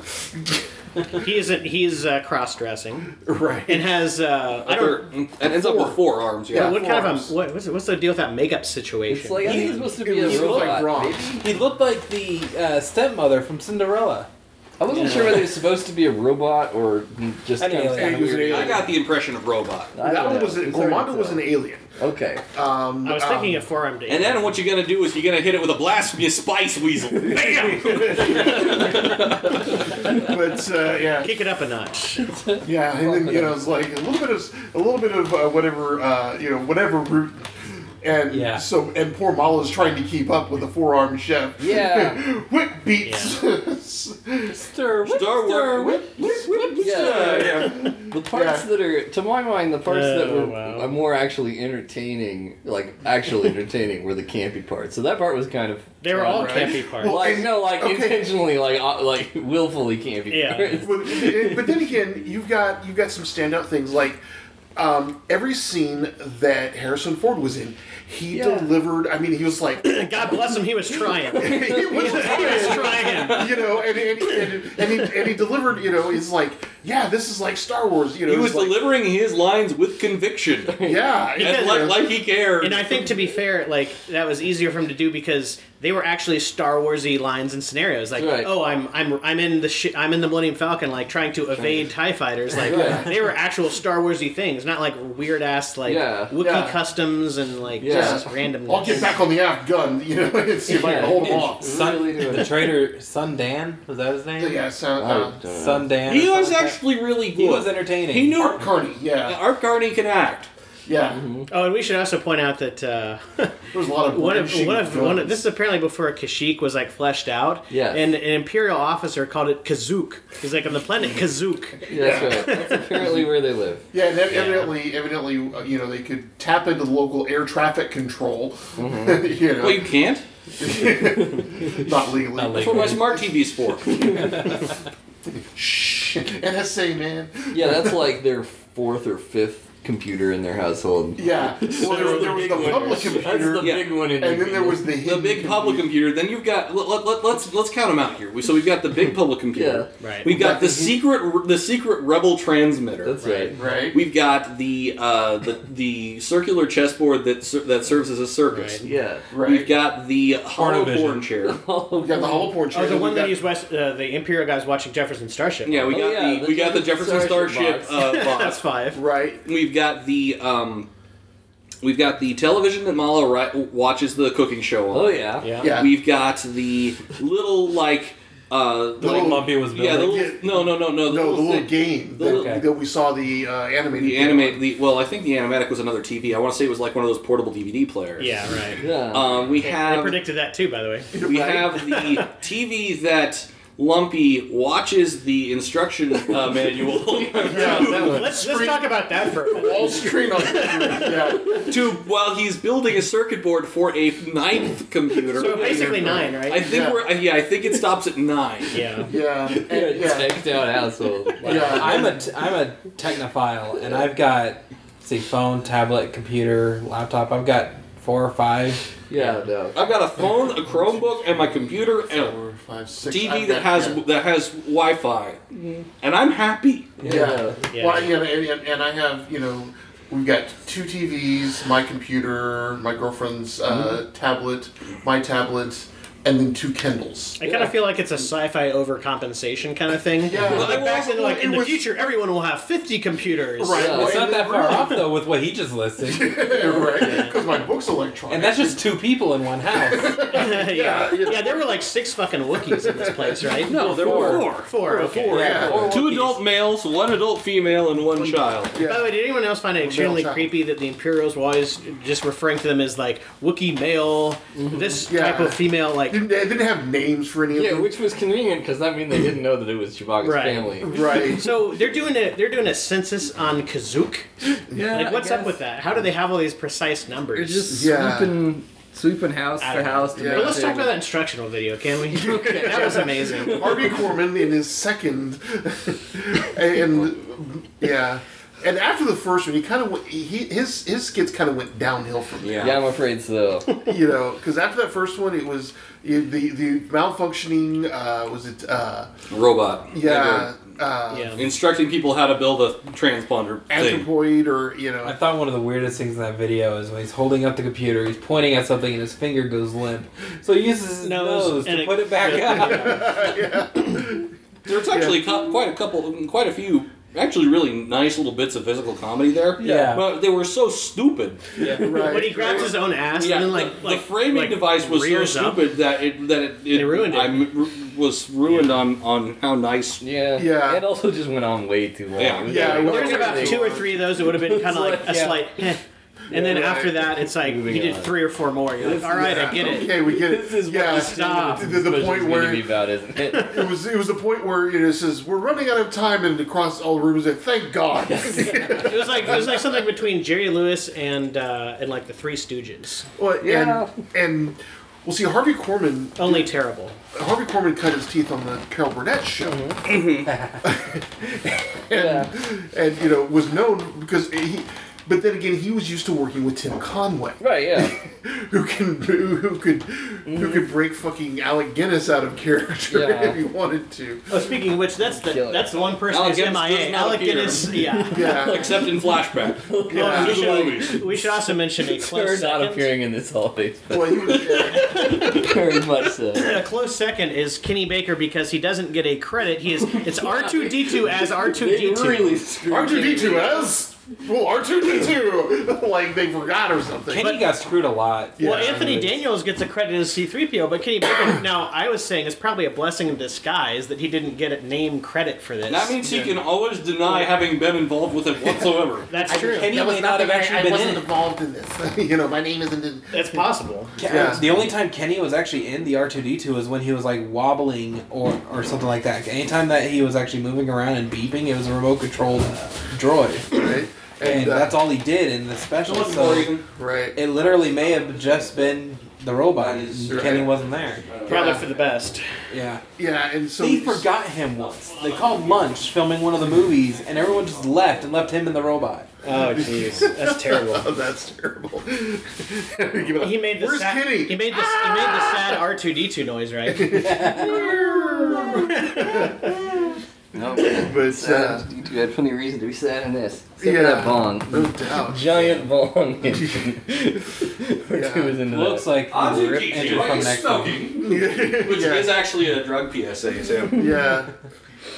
[SPEAKER 4] [laughs]
[SPEAKER 3] He isn't. He's uh, cross-dressing
[SPEAKER 4] right
[SPEAKER 3] and has. Uh, I
[SPEAKER 1] Other-
[SPEAKER 3] don't.
[SPEAKER 1] and ends up with four arms. Yeah.
[SPEAKER 4] Yeah.
[SPEAKER 3] What kind of
[SPEAKER 4] forearms.
[SPEAKER 3] a what, what's, what's the deal with that makeup situation?
[SPEAKER 5] It's like I think it's supposed to be
[SPEAKER 4] it
[SPEAKER 5] a
[SPEAKER 4] was
[SPEAKER 5] robot.
[SPEAKER 4] like Bronx.
[SPEAKER 6] He looked like the uh, stepmother from Cinderella.
[SPEAKER 5] I wasn't sure whether it's supposed to be a robot or just
[SPEAKER 6] An
[SPEAKER 5] kind of
[SPEAKER 6] alien.
[SPEAKER 5] sound
[SPEAKER 4] It was an
[SPEAKER 5] weird.
[SPEAKER 1] I got the impression of robot.
[SPEAKER 5] I
[SPEAKER 4] that
[SPEAKER 5] don't
[SPEAKER 4] one
[SPEAKER 5] know.
[SPEAKER 4] was an,
[SPEAKER 5] It's hard to
[SPEAKER 4] Gourmanda was
[SPEAKER 5] tell.
[SPEAKER 4] an alien
[SPEAKER 5] Okay.
[SPEAKER 4] um,
[SPEAKER 3] I was
[SPEAKER 4] um,
[SPEAKER 3] thinking of forearm date.
[SPEAKER 1] And then what you're gonna do is you're gonna hit it with a blasphemous spice weasel. Bam!
[SPEAKER 4] but uh,
[SPEAKER 3] [laughs]
[SPEAKER 4] yeah
[SPEAKER 3] kick it up a notch.
[SPEAKER 4] Yeah, and then you know it's like a little bit of a little bit of uh, whatever uh, you know whatever root, and
[SPEAKER 6] Yeah.
[SPEAKER 4] so and poor Mala's trying to keep up with the four armed chef.
[SPEAKER 5] Yeah.
[SPEAKER 4] [laughs] whip beats. [laughs]
[SPEAKER 6] Stir,
[SPEAKER 1] Star Wars.
[SPEAKER 5] Yeah. The parts
[SPEAKER 4] Yeah.
[SPEAKER 5] that are, to my mind, the parts that were
[SPEAKER 3] Oh, wow.
[SPEAKER 5] are more actually entertaining, like
[SPEAKER 4] [laughs]
[SPEAKER 5] actually entertaining, were the campy parts. So that part was kind of
[SPEAKER 3] They were all
[SPEAKER 5] Right.
[SPEAKER 3] campy parts.
[SPEAKER 5] like
[SPEAKER 4] and-
[SPEAKER 5] no, like
[SPEAKER 4] okay.
[SPEAKER 5] intentionally, like uh, like willfully campy
[SPEAKER 3] Yeah.
[SPEAKER 5] parts.
[SPEAKER 4] but, but then again, you've got you've got some standout things like. Um, every scene that Harrison Ford was in, he
[SPEAKER 5] Yeah.
[SPEAKER 4] delivered. I mean, he
[SPEAKER 1] [coughs]
[SPEAKER 4] was like, he
[SPEAKER 3] God bless him. He was trying.
[SPEAKER 4] was
[SPEAKER 3] He was trying.
[SPEAKER 4] you know, and and, and, and, he, and he delivered. You know, he's like, yeah, this is like Star Wars. You know,
[SPEAKER 1] He
[SPEAKER 4] it's
[SPEAKER 1] was
[SPEAKER 4] like,
[SPEAKER 1] delivering his lines with
[SPEAKER 3] [laughs]
[SPEAKER 1] conviction.
[SPEAKER 4] Yeah,
[SPEAKER 1] And
[SPEAKER 4] yeah,
[SPEAKER 1] like, like he cared.
[SPEAKER 3] And I think to be fair, like that was easier for him to do because they were actually Star Warsy lines and scenarios. Like,
[SPEAKER 5] Right.
[SPEAKER 3] oh, I'm I'm I'm in the shi I'm in the Millennium Falcon, like trying to evade Tie Fighters. Like they were actual Star Warsy things, not like weird ass like
[SPEAKER 5] Yeah.
[SPEAKER 3] Wookiee
[SPEAKER 4] Yeah.
[SPEAKER 3] customs and like
[SPEAKER 5] Yeah.
[SPEAKER 3] just randomness.
[SPEAKER 4] I'll get back on the aft gun, you know, [laughs] and see if I can hold him off.
[SPEAKER 5] Really doing
[SPEAKER 6] the traitor, Sun Dan? Was that his name?
[SPEAKER 4] Yeah, so,
[SPEAKER 5] I
[SPEAKER 4] uh,
[SPEAKER 5] don't know.
[SPEAKER 6] Sun Dan.
[SPEAKER 1] he
[SPEAKER 6] or
[SPEAKER 1] was
[SPEAKER 6] something like
[SPEAKER 1] actually really
[SPEAKER 6] that.
[SPEAKER 1] good.
[SPEAKER 6] He was entertaining.
[SPEAKER 1] He knew
[SPEAKER 4] Art Carney, yeah,
[SPEAKER 1] Art Carney can act.
[SPEAKER 4] yeah.
[SPEAKER 3] Oh, and we should also point out that uh, [laughs]
[SPEAKER 4] There's a lot of
[SPEAKER 3] one of
[SPEAKER 4] branching
[SPEAKER 3] one of,
[SPEAKER 4] guns.
[SPEAKER 3] one of this is apparently before Kashyyyk was like fleshed out.
[SPEAKER 5] Yes.
[SPEAKER 3] And an Imperial officer called it Kazook. He's like on the planet Kazook.
[SPEAKER 5] Yeah, That's right. That's apparently where they live.
[SPEAKER 4] Yeah, and ev- evidently, evidently, uh, you know, they could tap into the local air traffic control, [laughs] you know,
[SPEAKER 1] Well, you can't.
[SPEAKER 4] not legally.
[SPEAKER 6] Not
[SPEAKER 1] That's
[SPEAKER 6] legally.
[SPEAKER 1] what
[SPEAKER 4] [laughs]
[SPEAKER 1] my smart TV's for.
[SPEAKER 3] [laughs]
[SPEAKER 4] Shh, NSA man.
[SPEAKER 5] Yeah, that's like their fourth or fifth computer in their household.
[SPEAKER 4] Yeah. Well, there, was- there was the public
[SPEAKER 5] That's
[SPEAKER 4] computer,
[SPEAKER 5] the
[SPEAKER 1] Yeah.
[SPEAKER 5] big one in
[SPEAKER 4] and then there
[SPEAKER 5] UPN.
[SPEAKER 4] was the
[SPEAKER 1] The
[SPEAKER 4] hidden
[SPEAKER 1] big public
[SPEAKER 4] computer.
[SPEAKER 1] computer. Then you've got let, let, let, let's let's count them out here. We- So we've got the big public computer.
[SPEAKER 3] Yeah. Right.
[SPEAKER 1] We've got the secret the secret rebel transmitter.
[SPEAKER 5] That's right.
[SPEAKER 4] Right.
[SPEAKER 1] We've got the uh, the the circular chessboard that ser- that serves as a circus.
[SPEAKER 5] [laughs]
[SPEAKER 3] Right.
[SPEAKER 5] Yeah.
[SPEAKER 4] Right.
[SPEAKER 1] We've got the hollow
[SPEAKER 6] Pornovision.
[SPEAKER 1] horn
[SPEAKER 5] [laughs]
[SPEAKER 1] chair.
[SPEAKER 4] We got the hollow porn
[SPEAKER 3] Oh,
[SPEAKER 4] channel,
[SPEAKER 3] the
[SPEAKER 4] we
[SPEAKER 3] one
[SPEAKER 4] got-
[SPEAKER 3] that he's West, uh, the Imperial guys watching Jefferson Starship. [laughs]
[SPEAKER 1] Yeah, we
[SPEAKER 5] Oh,
[SPEAKER 1] got
[SPEAKER 5] yeah,
[SPEAKER 1] the,
[SPEAKER 5] the
[SPEAKER 1] we got the
[SPEAKER 5] Jefferson
[SPEAKER 1] Jefferson Starship,
[SPEAKER 5] Starship
[SPEAKER 1] uh,
[SPEAKER 5] [laughs]
[SPEAKER 1] box.
[SPEAKER 3] that's five.
[SPEAKER 4] Right.
[SPEAKER 1] We've got the um, we've got the television that Mala ri- watches the cooking show on.
[SPEAKER 5] Oh yeah.
[SPEAKER 3] Yeah.
[SPEAKER 4] Yeah.
[SPEAKER 1] We've got the little like uh,
[SPEAKER 6] The way
[SPEAKER 4] Little-
[SPEAKER 6] Lumpy was built.
[SPEAKER 1] yeah, the little,
[SPEAKER 4] Yeah.
[SPEAKER 1] no, no, no, no, the
[SPEAKER 4] No, the little
[SPEAKER 1] thing-
[SPEAKER 4] game that,
[SPEAKER 1] little-
[SPEAKER 4] that we saw the uh, animated.
[SPEAKER 1] The
[SPEAKER 4] game
[SPEAKER 1] animate
[SPEAKER 4] on.
[SPEAKER 1] the well, I think the animatic was another TV. I want to say it was like one of those portable DVD players.
[SPEAKER 3] Yeah, right.
[SPEAKER 5] Yeah.
[SPEAKER 1] Um, we
[SPEAKER 3] I
[SPEAKER 1] have
[SPEAKER 3] predicted that too, by the
[SPEAKER 4] [laughs]
[SPEAKER 3] way.
[SPEAKER 1] we have the
[SPEAKER 3] [laughs]
[SPEAKER 1] TV that Lumpy watches the instruction
[SPEAKER 3] [laughs]
[SPEAKER 1] uh, manual
[SPEAKER 4] Yeah,
[SPEAKER 1] [laughs]
[SPEAKER 4] that was-
[SPEAKER 3] Let's, let's talk about that for a
[SPEAKER 4] [laughs]
[SPEAKER 3] minute.
[SPEAKER 4] All screen on computer.
[SPEAKER 1] to while he's building a circuit board for a ninth computer.
[SPEAKER 3] So basically nine, right?
[SPEAKER 1] I think
[SPEAKER 4] Yeah.
[SPEAKER 1] we're yeah. I think it stops at nine.
[SPEAKER 3] yeah.
[SPEAKER 4] Yeah. Yeah.
[SPEAKER 5] Yeah,
[SPEAKER 4] And, yeah.
[SPEAKER 5] checked out household. Like,
[SPEAKER 4] [laughs] Yeah.
[SPEAKER 6] Uh, I'm a t- I'm a technophile, and I've got let's see phone, tablet, computer, laptop. I've got four or five.
[SPEAKER 5] yeah, no.
[SPEAKER 1] I've got a phone, a Chromebook, and my computer, and a
[SPEAKER 4] Four, five, six.
[SPEAKER 1] TV
[SPEAKER 4] I've
[SPEAKER 1] that
[SPEAKER 4] got- Mm-hmm.
[SPEAKER 1] has
[SPEAKER 4] yeah.
[SPEAKER 1] that has Wi-Fi, and I'm happy.
[SPEAKER 5] Yeah.
[SPEAKER 4] Yeah.
[SPEAKER 3] Yeah.
[SPEAKER 4] Well, yeah, and, and, and I have, you know, we've got two TVs, my computer, my girlfriend's uh,
[SPEAKER 5] Mm-hmm.
[SPEAKER 4] tablet, my tablet, and then two Kindles.
[SPEAKER 3] I kind of feel like it's a sci-fi overcompensation kind of thing.
[SPEAKER 4] Yeah.
[SPEAKER 3] But like,
[SPEAKER 1] Well,
[SPEAKER 3] back in, like,
[SPEAKER 4] it
[SPEAKER 3] in the
[SPEAKER 4] was-
[SPEAKER 3] future, everyone will have 50 computers.
[SPEAKER 4] Right.
[SPEAKER 5] Yeah.
[SPEAKER 4] well,
[SPEAKER 6] It's not
[SPEAKER 4] and-
[SPEAKER 6] that far off though with what he just listed,
[SPEAKER 4] [laughs] right. Because my book's electronic.
[SPEAKER 6] and that's just two people in one house.
[SPEAKER 3] [laughs] yeah. yeah.
[SPEAKER 4] yeah.
[SPEAKER 3] there were like six fucking Wookiees in this place, right?
[SPEAKER 1] No, there were four.
[SPEAKER 3] Four. Okay.
[SPEAKER 4] Yeah.
[SPEAKER 6] Or
[SPEAKER 1] Two
[SPEAKER 6] Wookiees.
[SPEAKER 1] adult males, one adult female, and one child.
[SPEAKER 3] By the way, did anyone else find it extremely
[SPEAKER 4] child.
[SPEAKER 3] creepy that the Imperials were always just referring to them as like Wookiee male, this
[SPEAKER 4] Yeah.
[SPEAKER 3] type of female, like
[SPEAKER 4] Didn't, they didn't have names for any of
[SPEAKER 5] Yeah,
[SPEAKER 4] them.
[SPEAKER 5] which was convenient because that mean they didn't know that it was Chewbacca's
[SPEAKER 3] Right.
[SPEAKER 5] family. [laughs]
[SPEAKER 4] right.
[SPEAKER 3] So they're doing a they're doing a census on Kazook.
[SPEAKER 5] Yeah.
[SPEAKER 3] Like, what's up with that? How do they have all these precise
[SPEAKER 5] They're
[SPEAKER 3] numbers?
[SPEAKER 5] just
[SPEAKER 4] Yeah.
[SPEAKER 5] sweeping, sweeping house
[SPEAKER 3] I
[SPEAKER 5] to
[SPEAKER 3] don't know.
[SPEAKER 5] house. To
[SPEAKER 4] Yeah.
[SPEAKER 5] make
[SPEAKER 3] But let's talk
[SPEAKER 5] sure
[SPEAKER 3] about that instructional video, can we?
[SPEAKER 5] Okay.
[SPEAKER 3] [laughs] that was
[SPEAKER 4] [laughs]
[SPEAKER 3] amazing.
[SPEAKER 4] Arby Corman in his second, [laughs] and yeah, and after the first one, he kind of went, he his his skits kind of went downhill from there.
[SPEAKER 1] Yeah.
[SPEAKER 5] Yeah, I'm afraid so.
[SPEAKER 4] You know, because after that first one, it was you- the the malfunctioning. Uh, was it? Uh,
[SPEAKER 1] Robot.
[SPEAKER 4] yeah, uh,
[SPEAKER 3] Yeah.
[SPEAKER 1] Instructing people how to build a transponder thing.
[SPEAKER 4] anthropoid or you know. [laughs]
[SPEAKER 6] I thought one of the weirdest things in that video is when he's holding up the computer, he's pointing at something, and his finger goes limp. So he uses his
[SPEAKER 3] Nose,
[SPEAKER 6] nose,
[SPEAKER 3] and
[SPEAKER 6] to
[SPEAKER 3] it-
[SPEAKER 6] put
[SPEAKER 3] [laughs]
[SPEAKER 6] it back
[SPEAKER 3] yeah.
[SPEAKER 6] up.
[SPEAKER 1] There's actually co- quite a couple, quite a few, actually really nice little bits of physical comedy there.
[SPEAKER 6] Yeah.
[SPEAKER 1] But they were so stupid.
[SPEAKER 4] right.
[SPEAKER 3] When he grabs his own ass
[SPEAKER 1] Yeah,
[SPEAKER 3] and then
[SPEAKER 1] the-
[SPEAKER 3] like
[SPEAKER 1] the,
[SPEAKER 3] like
[SPEAKER 1] framing
[SPEAKER 3] like,
[SPEAKER 1] device was so
[SPEAKER 3] rears up.
[SPEAKER 1] stupid that it that it,
[SPEAKER 3] They ruined it.
[SPEAKER 1] I'm- ru- was ruined on on how nice.
[SPEAKER 5] Yeah.
[SPEAKER 4] Yeah.
[SPEAKER 5] It also just went on way too long.
[SPEAKER 1] Yeah.
[SPEAKER 5] It was
[SPEAKER 4] Yeah,
[SPEAKER 5] like,
[SPEAKER 4] it
[SPEAKER 3] There's about two or three of those that would have been kind of like a
[SPEAKER 5] Yeah.
[SPEAKER 3] slight. eh. And then
[SPEAKER 4] Yeah.
[SPEAKER 3] after that, it's like
[SPEAKER 5] Moving
[SPEAKER 3] you did
[SPEAKER 5] on.
[SPEAKER 3] three or four more. You're like, all right, I get it.
[SPEAKER 4] Okay, we get it.
[SPEAKER 5] This is what
[SPEAKER 4] yeah,
[SPEAKER 5] the student
[SPEAKER 3] Stop.
[SPEAKER 4] to the, the
[SPEAKER 5] special's
[SPEAKER 4] point
[SPEAKER 5] gonna
[SPEAKER 4] where
[SPEAKER 5] be about, isn't
[SPEAKER 4] [laughs]
[SPEAKER 5] it?
[SPEAKER 4] it was it was the point where you know, it says we're running out of time and across all the rooms and
[SPEAKER 3] [laughs]
[SPEAKER 4] thank God. [laughs]
[SPEAKER 3] It was like it was like something between Jerry Lewis and uh, and like the Three Stooges.
[SPEAKER 4] Well,
[SPEAKER 5] Yeah.
[SPEAKER 4] and and well, see, Harvey Korman,
[SPEAKER 3] Only terrible.
[SPEAKER 4] Harvey Korman cut his teeth on the Carol Burnett show,
[SPEAKER 5] Mm-hmm. yeah.
[SPEAKER 4] and you know was known because he. But then again, he was used to working with Tim Conway,
[SPEAKER 5] Right. Yeah.
[SPEAKER 4] who can who, who could who could break fucking Alec Guinness out of character
[SPEAKER 5] Mm-hmm.
[SPEAKER 4] [laughs]
[SPEAKER 5] Yeah.
[SPEAKER 4] if he wanted to.
[SPEAKER 3] Oh, speaking of which, that's the
[SPEAKER 5] Killer.
[SPEAKER 3] that's the one person
[SPEAKER 1] Alec
[SPEAKER 3] who's
[SPEAKER 1] Guinness does
[SPEAKER 3] MIA.
[SPEAKER 1] not
[SPEAKER 3] Alec
[SPEAKER 1] appear.
[SPEAKER 3] [laughs] Guinness. Yeah.
[SPEAKER 6] [laughs]
[SPEAKER 4] Yeah,
[SPEAKER 1] Except in
[SPEAKER 3] [laughs]
[SPEAKER 1] flashback.
[SPEAKER 4] [laughs] Yeah.
[SPEAKER 1] These are the
[SPEAKER 3] Like-
[SPEAKER 1] movies.
[SPEAKER 3] We should also
[SPEAKER 5] [laughs]
[SPEAKER 3] mention a
[SPEAKER 5] They're
[SPEAKER 3] close
[SPEAKER 5] not
[SPEAKER 3] second.
[SPEAKER 5] appearing in this holiday.
[SPEAKER 4] well, he was,
[SPEAKER 5] [laughs]
[SPEAKER 4] yeah,
[SPEAKER 5] Very much so.
[SPEAKER 3] A close second is Kenny Baker because he doesn't get a credit. He is it's R two D two as R two D two.
[SPEAKER 5] screwed.
[SPEAKER 4] R2D2 as well R2D2, [laughs] like they forgot or something.
[SPEAKER 6] Kenny got screwed a lot.
[SPEAKER 4] Yeah.
[SPEAKER 3] Well, Anthony Daniels gets a credit as C three PO, but Kenny
[SPEAKER 4] [coughs]
[SPEAKER 3] Baker. now I was saying it's probably a blessing in disguise that he didn't get a name credit for this.
[SPEAKER 1] That means he can always deny having been involved with it whatsoever.
[SPEAKER 3] that's true.
[SPEAKER 6] Kenny
[SPEAKER 4] That was
[SPEAKER 6] may not have
[SPEAKER 4] nothing, I-
[SPEAKER 6] actually
[SPEAKER 4] I
[SPEAKER 6] been
[SPEAKER 4] wasn't
[SPEAKER 6] in it.
[SPEAKER 4] involved in this. [laughs] you know, my name isn't in.
[SPEAKER 3] That's possible.
[SPEAKER 6] Ken-
[SPEAKER 4] Yeah.
[SPEAKER 6] The only time Kenny was actually in the R2D2 is when he was like wobbling or, or something like that. Anytime that he was actually moving around and beeping, it was a remote controlled droid.
[SPEAKER 4] Right?
[SPEAKER 6] And
[SPEAKER 4] uh,
[SPEAKER 6] that's all he did in the special.
[SPEAKER 1] Looking for
[SPEAKER 6] So
[SPEAKER 1] you.
[SPEAKER 4] Right.
[SPEAKER 6] it literally may have just been the
[SPEAKER 1] That
[SPEAKER 6] robot.
[SPEAKER 1] is true.
[SPEAKER 6] Kenny wasn't there.
[SPEAKER 3] Probably for the best.
[SPEAKER 6] Yeah.
[SPEAKER 4] Yeah, and so
[SPEAKER 6] they
[SPEAKER 4] it's-
[SPEAKER 6] forgot him once. They called lunch filming one of the movies, and everyone just left and left him and the robot.
[SPEAKER 3] Oh jeez, that's
[SPEAKER 4] [laughs] Oh,
[SPEAKER 3] terrible.
[SPEAKER 4] that's terrible. Give it up.
[SPEAKER 3] He made the
[SPEAKER 4] Where's
[SPEAKER 3] sad,
[SPEAKER 4] Kenny? Ah!
[SPEAKER 3] He made this. He made the sad R two D two noise,
[SPEAKER 4] [laughs]
[SPEAKER 3] right?
[SPEAKER 7] No.
[SPEAKER 4] but uh,
[SPEAKER 7] you two had plenty of reason to be sad in this. Except
[SPEAKER 4] Yeah.
[SPEAKER 7] for that bong.
[SPEAKER 4] no
[SPEAKER 5] [laughs]
[SPEAKER 4] doubt.
[SPEAKER 5] Giant
[SPEAKER 4] [laughs]
[SPEAKER 5] Vaughn engine.
[SPEAKER 4] Yeah.
[SPEAKER 5] Who [laughs] was into
[SPEAKER 6] Looks
[SPEAKER 5] that.
[SPEAKER 6] like
[SPEAKER 1] I
[SPEAKER 6] the
[SPEAKER 1] do
[SPEAKER 6] rip
[SPEAKER 1] keep
[SPEAKER 6] engine
[SPEAKER 1] you. I
[SPEAKER 6] from
[SPEAKER 1] you
[SPEAKER 6] next
[SPEAKER 1] smoking,
[SPEAKER 3] [laughs]
[SPEAKER 1] which
[SPEAKER 4] yeah.
[SPEAKER 1] is actually a drug PSA too.
[SPEAKER 4] yeah.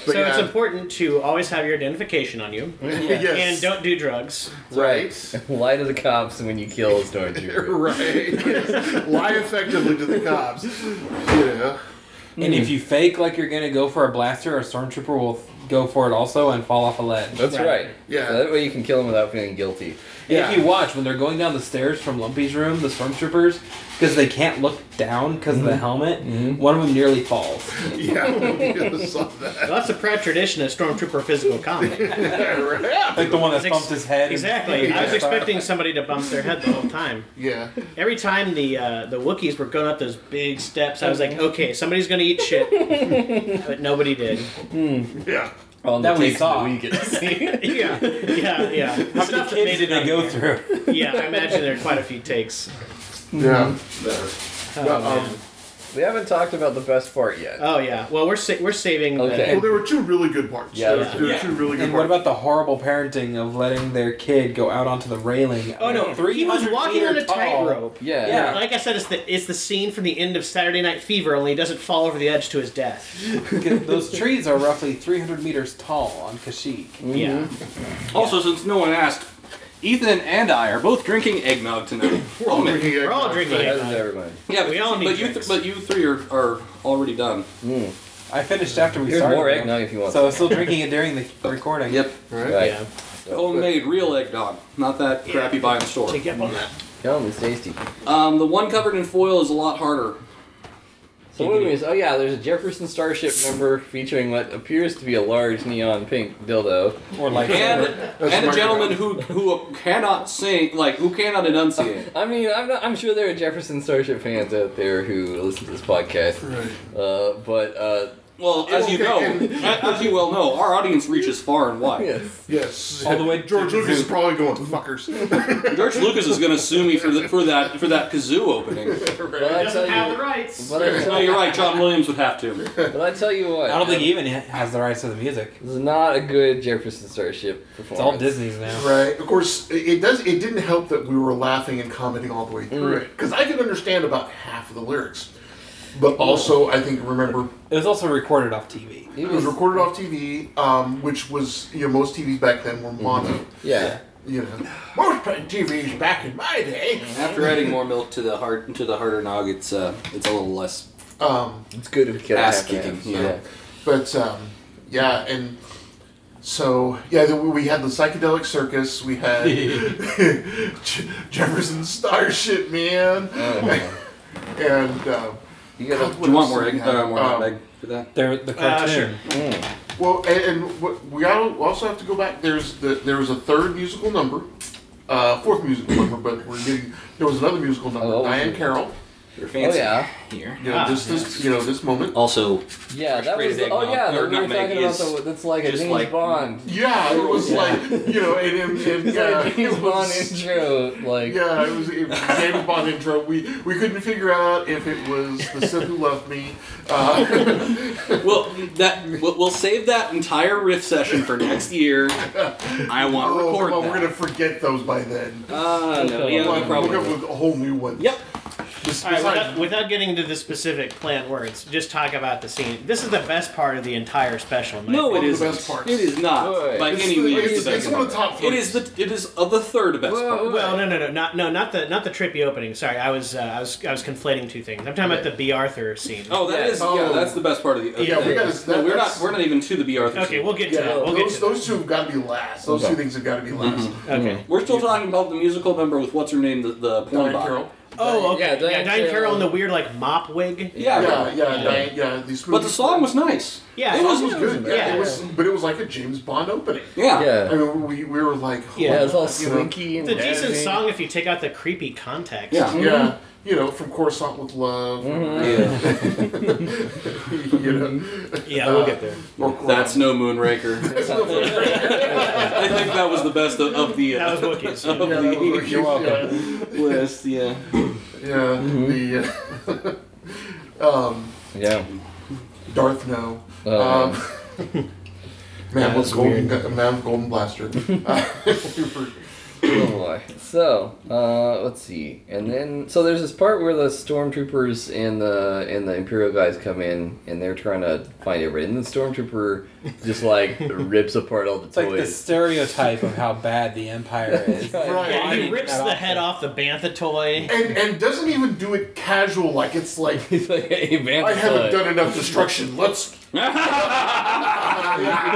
[SPEAKER 4] But
[SPEAKER 3] so
[SPEAKER 4] yeah.
[SPEAKER 3] it's
[SPEAKER 4] [laughs]
[SPEAKER 3] important to always have your identification on you,
[SPEAKER 4] yes.
[SPEAKER 3] and don't do drugs.
[SPEAKER 4] right.
[SPEAKER 5] Lie to the cops when you kill a stormtrooper.
[SPEAKER 4] [laughs] Right. Yes. [laughs] Lie effectively to the cops. You know.
[SPEAKER 6] And if you fake like you're gonna go for a blaster, a stormtrooper will f- go for it also and fall off a ledge.
[SPEAKER 5] That's
[SPEAKER 3] Right.
[SPEAKER 5] right.
[SPEAKER 4] Yeah.
[SPEAKER 5] So that way you can kill him without feeling guilty.
[SPEAKER 6] If you watch when they're going down the stairs from Lumpy's room, the stormtroopers, because they can't look down because of the helmet, one of them nearly falls.
[SPEAKER 4] [laughs] Yeah. we saw that.
[SPEAKER 3] Well, that's a proud tradition of stormtrooper physical
[SPEAKER 4] [laughs]
[SPEAKER 3] comedy.
[SPEAKER 4] Right.
[SPEAKER 6] [laughs]
[SPEAKER 4] [laughs]
[SPEAKER 6] Like the one that
[SPEAKER 3] Ex-
[SPEAKER 6] bumped his head.
[SPEAKER 3] Exactly. I was
[SPEAKER 6] [laughs]
[SPEAKER 3] expecting somebody to bump their head the whole time.
[SPEAKER 4] Yeah.
[SPEAKER 3] Every time the uh, the Wookiees were going up those big steps, I was like, okay, somebody's gonna eat shit, but nobody did.
[SPEAKER 4] Yeah.
[SPEAKER 5] On
[SPEAKER 6] That
[SPEAKER 5] the
[SPEAKER 6] we
[SPEAKER 5] takes
[SPEAKER 6] saw.
[SPEAKER 5] that we get to [laughs] see.
[SPEAKER 3] Yeah, [laughs] yeah, yeah. The
[SPEAKER 6] How many
[SPEAKER 3] stuff that
[SPEAKER 6] kids
[SPEAKER 3] made
[SPEAKER 6] did
[SPEAKER 3] it
[SPEAKER 6] they
[SPEAKER 3] on
[SPEAKER 6] go
[SPEAKER 3] here. [laughs]
[SPEAKER 6] through?
[SPEAKER 3] Yeah, I imagine there are quite a few
[SPEAKER 6] [laughs]
[SPEAKER 3] takes.
[SPEAKER 4] Yeah.
[SPEAKER 3] Oh,
[SPEAKER 4] But, um,
[SPEAKER 3] man.
[SPEAKER 5] we haven't talked about the best part
[SPEAKER 6] Uh,
[SPEAKER 5] yet.
[SPEAKER 3] Oh, yeah. Well, we're sa- we're saving. the-
[SPEAKER 5] Okay.
[SPEAKER 4] well, there were two really good parts.
[SPEAKER 5] Yeah.
[SPEAKER 4] There were- there were
[SPEAKER 1] Yeah.
[SPEAKER 4] two really good
[SPEAKER 6] And what
[SPEAKER 4] parts.
[SPEAKER 6] about the horrible parenting of letting their kid go out onto the railing?
[SPEAKER 3] oh no, he was
[SPEAKER 6] 300
[SPEAKER 3] walking
[SPEAKER 6] feet
[SPEAKER 3] on
[SPEAKER 6] or
[SPEAKER 3] a
[SPEAKER 6] tall?
[SPEAKER 3] tightrope.
[SPEAKER 5] Yeah.
[SPEAKER 6] Yeah.
[SPEAKER 3] Like I said, it's the it's the scene from the end of Saturday Night Fever, only he doesn't fall over the edge to his death.
[SPEAKER 6] 'Cause Those trees are roughly 300 meters tall on Kashyyyk.
[SPEAKER 3] Yeah.
[SPEAKER 1] Also, since no one asked, Ethan and I are both drinking eggnog tonight.
[SPEAKER 4] We're all
[SPEAKER 1] Oh, man.
[SPEAKER 4] drinking
[SPEAKER 3] [laughs] We're all
[SPEAKER 4] eggnog.
[SPEAKER 3] drinking
[SPEAKER 5] That is
[SPEAKER 3] eggnog.
[SPEAKER 5] everybody.
[SPEAKER 1] Yeah, but,
[SPEAKER 3] We all need
[SPEAKER 1] but you, th-
[SPEAKER 3] drinks.
[SPEAKER 1] but you three are, are already done.
[SPEAKER 6] I finished after we
[SPEAKER 5] Here's
[SPEAKER 6] started.
[SPEAKER 5] more
[SPEAKER 6] though.
[SPEAKER 5] eggnog if you want.
[SPEAKER 6] So I was still drinking it during the recording.
[SPEAKER 1] Yep.
[SPEAKER 4] Right.
[SPEAKER 5] right.
[SPEAKER 3] Yeah.
[SPEAKER 1] Homemade, real eggnog, not that crap you buy in the store.
[SPEAKER 3] Take up on that.
[SPEAKER 5] Tell him it's tasty.
[SPEAKER 1] Um, the one covered in foil is a lot harder.
[SPEAKER 5] So what anyways, oh yeah, there's a Jefferson Starship number featuring what appears to be a large neon pink dildo.
[SPEAKER 6] Or like
[SPEAKER 1] And, and a
[SPEAKER 4] smart.
[SPEAKER 1] gentleman who who cannot sing, like who cannot
[SPEAKER 4] [laughs]
[SPEAKER 1] enunciate.
[SPEAKER 5] I mean, I'm, not, I'm sure there are Jefferson Starship fans out there who listen to this podcast,
[SPEAKER 4] Right.
[SPEAKER 5] uh, but uh,
[SPEAKER 1] Well, as you know, as you well know, our audience reaches far and wide.
[SPEAKER 5] yes,
[SPEAKER 4] Yes.
[SPEAKER 6] All the way
[SPEAKER 4] George
[SPEAKER 6] to
[SPEAKER 4] Lucas is
[SPEAKER 6] Kazoo.
[SPEAKER 4] probably going fuckers.
[SPEAKER 1] George Lucas is going to sue me for the, for that for that kazoo
[SPEAKER 4] [laughs]
[SPEAKER 1] opening.
[SPEAKER 5] but I tell you,
[SPEAKER 3] rights.
[SPEAKER 5] but I
[SPEAKER 1] No,
[SPEAKER 5] tell,
[SPEAKER 1] you're right. John Williams would have to.
[SPEAKER 5] but I tell you what,
[SPEAKER 6] I don't think he even has the rights to the music.
[SPEAKER 5] this is not a good Jefferson Starship performance.
[SPEAKER 6] It's all Disney's now.
[SPEAKER 4] Right. Of course, it it does. It didn't help that we were laughing and commenting all the way through it because I could understand about half of the lyrics, but also I think remember
[SPEAKER 6] It was also recorded off TV.
[SPEAKER 5] It
[SPEAKER 4] it
[SPEAKER 5] was,
[SPEAKER 4] was recorded off TV, um, which was you know most TVs back then were mono.
[SPEAKER 5] yeah,
[SPEAKER 4] You know, most TVs back in my day.
[SPEAKER 1] After adding more milk to the hard to the harder nog, it's uh, it's a little less.
[SPEAKER 4] Um,
[SPEAKER 5] it's good if you get
[SPEAKER 1] Ass
[SPEAKER 5] half an
[SPEAKER 1] kicking,
[SPEAKER 5] ounce,
[SPEAKER 1] yeah.
[SPEAKER 4] But um, yeah, and so yeah, the, we had the psychedelic circus. We had [laughs] Je- Jefferson Starship, man, [laughs] and uh,
[SPEAKER 5] You gotta,
[SPEAKER 1] Do Oh, you want more egg? Uh, more
[SPEAKER 4] Um,
[SPEAKER 1] egg for that?
[SPEAKER 6] They're the
[SPEAKER 3] Uh,
[SPEAKER 6] cartoon.
[SPEAKER 3] sure.
[SPEAKER 4] well, and, and what- we gotta- we also have to go back. There's the there was a third musical number, uh, fourth musical number, but we're getting there was another musical number.
[SPEAKER 5] Oh,
[SPEAKER 4] Diane
[SPEAKER 5] okay.
[SPEAKER 4] Carroll.
[SPEAKER 1] You're
[SPEAKER 5] oh
[SPEAKER 1] fancy.
[SPEAKER 5] yeah,
[SPEAKER 1] Here.
[SPEAKER 4] You know,
[SPEAKER 3] Ah,
[SPEAKER 4] this this you know this moment.
[SPEAKER 1] Also,
[SPEAKER 5] yeah, that was,
[SPEAKER 1] Grated
[SPEAKER 5] the, oh
[SPEAKER 1] eggnog,
[SPEAKER 5] yeah,
[SPEAKER 1] or
[SPEAKER 5] we were
[SPEAKER 1] nutmeg
[SPEAKER 5] talking about
[SPEAKER 1] is
[SPEAKER 5] the, that's like a
[SPEAKER 1] just
[SPEAKER 5] James
[SPEAKER 1] like-
[SPEAKER 5] Bond.
[SPEAKER 4] Yeah, it was like you know, and, and,
[SPEAKER 1] [laughs]
[SPEAKER 4] and
[SPEAKER 5] It's
[SPEAKER 4] uh,
[SPEAKER 5] like a
[SPEAKER 4] [laughs]
[SPEAKER 5] James
[SPEAKER 4] it
[SPEAKER 5] Bond
[SPEAKER 4] was-
[SPEAKER 5] intro, like
[SPEAKER 4] Yeah, it was it was a James Bond intro. We we couldn't figure out if it was the Sith who loved me.
[SPEAKER 1] [laughs]
[SPEAKER 4] Uh, [laughs]
[SPEAKER 1] well, that we'll, we'll save that entire riff session for next year. I want to
[SPEAKER 4] oh,
[SPEAKER 1] record
[SPEAKER 4] come on,
[SPEAKER 1] that.
[SPEAKER 4] we're gonna forget those by then.
[SPEAKER 1] Ah, no, yeah,
[SPEAKER 4] We'll
[SPEAKER 1] no
[SPEAKER 4] have to
[SPEAKER 1] problem.
[SPEAKER 4] look up with a whole new one.
[SPEAKER 1] Yep.
[SPEAKER 4] This-
[SPEAKER 3] All right, without,
[SPEAKER 4] besides-
[SPEAKER 3] without getting into the specific planned words, just talk about the scene. This is the best part of the entire special. in my
[SPEAKER 1] No, it
[SPEAKER 4] One of
[SPEAKER 1] is.
[SPEAKER 4] the best parts.
[SPEAKER 1] It is not
[SPEAKER 5] Wait.
[SPEAKER 1] by
[SPEAKER 4] it's
[SPEAKER 1] any
[SPEAKER 4] the-
[SPEAKER 1] means.
[SPEAKER 4] it's-
[SPEAKER 1] the best
[SPEAKER 4] it's one of the top.
[SPEAKER 1] It is the it is of the third best
[SPEAKER 5] Whoa,
[SPEAKER 1] part.
[SPEAKER 5] whoa.
[SPEAKER 3] Well, no, no, no, not no, not the not the trippy opening. Sorry, I was uh, I was I was conflating two things. I'm talking about the B Arthur scene.
[SPEAKER 1] Oh, that
[SPEAKER 5] Yeah.
[SPEAKER 1] is
[SPEAKER 4] Oh.
[SPEAKER 1] yeah, that's the best part of the.
[SPEAKER 3] Yeah, we
[SPEAKER 4] gotta-
[SPEAKER 1] no, we're
[SPEAKER 4] that's-
[SPEAKER 1] not we're not even to the BR.
[SPEAKER 3] okay, we'll get to
[SPEAKER 4] Yeah,
[SPEAKER 3] that. We'll
[SPEAKER 4] those,
[SPEAKER 3] get to
[SPEAKER 4] those two have got to be last. Those two things have got to be
[SPEAKER 1] Mm-hmm.
[SPEAKER 4] last.
[SPEAKER 3] that. Okay.
[SPEAKER 1] We're still talking about the musical number with what's her name, the, the porn
[SPEAKER 4] Diane
[SPEAKER 1] bot.
[SPEAKER 4] Carroll.
[SPEAKER 3] Oh,
[SPEAKER 5] Yeah,
[SPEAKER 3] okay. Yeah,
[SPEAKER 5] Diane
[SPEAKER 3] Diane
[SPEAKER 5] Carroll.
[SPEAKER 3] Carroll in the weird like mop wig.
[SPEAKER 1] Yeah,
[SPEAKER 4] Yeah,
[SPEAKER 1] right.
[SPEAKER 4] yeah, Diane, yeah. These
[SPEAKER 1] but the song was nice.
[SPEAKER 3] Yeah,
[SPEAKER 1] it was,
[SPEAKER 4] was good. Yeah,
[SPEAKER 3] Yeah.
[SPEAKER 4] it was, but it was like a James Bond opening.
[SPEAKER 1] Yeah,
[SPEAKER 4] I
[SPEAKER 5] yeah,
[SPEAKER 4] mean, we, we were like,
[SPEAKER 3] Yeah,
[SPEAKER 5] yeah. It's all
[SPEAKER 4] you know,
[SPEAKER 5] slinky and
[SPEAKER 3] It's a decent
[SPEAKER 5] jazzy.
[SPEAKER 3] song if you take out the creepy context.
[SPEAKER 1] Yeah.
[SPEAKER 4] Yeah, you know, from Coruscant with Love.
[SPEAKER 1] Yeah.
[SPEAKER 4] [laughs] you know,
[SPEAKER 3] Yeah, we'll get there.
[SPEAKER 4] or
[SPEAKER 1] Mm-hmm. That's no
[SPEAKER 4] [laughs]
[SPEAKER 1] Moonraker. [laughs] I think that was the best of, of the. Uh,
[SPEAKER 3] That was Wookiees.
[SPEAKER 1] of
[SPEAKER 4] Yeah, that was Wookiees,
[SPEAKER 1] the
[SPEAKER 4] You're welcome.
[SPEAKER 1] list, yeah.
[SPEAKER 4] yeah, uh, the uh, [laughs] um,
[SPEAKER 5] Yeah.
[SPEAKER 4] Darth No.
[SPEAKER 5] Uh,
[SPEAKER 4] um, [laughs] man, with
[SPEAKER 2] that's
[SPEAKER 4] golden, man with golden blaster. [laughs] Uh, we were-
[SPEAKER 5] oh boy. So, uh, let's see. And then, so there's this part where the stormtroopers and the and the imperial guys come in, and they're trying to find everybody. And the stormtrooper just like rips apart all the
[SPEAKER 6] It's like the
[SPEAKER 5] toys.
[SPEAKER 6] stereotype of how bad the Empire is.
[SPEAKER 4] Right.
[SPEAKER 3] Yeah, he
[SPEAKER 6] Why
[SPEAKER 3] rips
[SPEAKER 6] did
[SPEAKER 3] the
[SPEAKER 6] that
[SPEAKER 3] head
[SPEAKER 6] outfit?
[SPEAKER 3] off the bantha toy.
[SPEAKER 4] and and doesn't even do it casual, like it's
[SPEAKER 5] [laughs]
[SPEAKER 4] like
[SPEAKER 5] He's like, hey, man,
[SPEAKER 4] I haven't done enough destruction. Let's
[SPEAKER 6] You know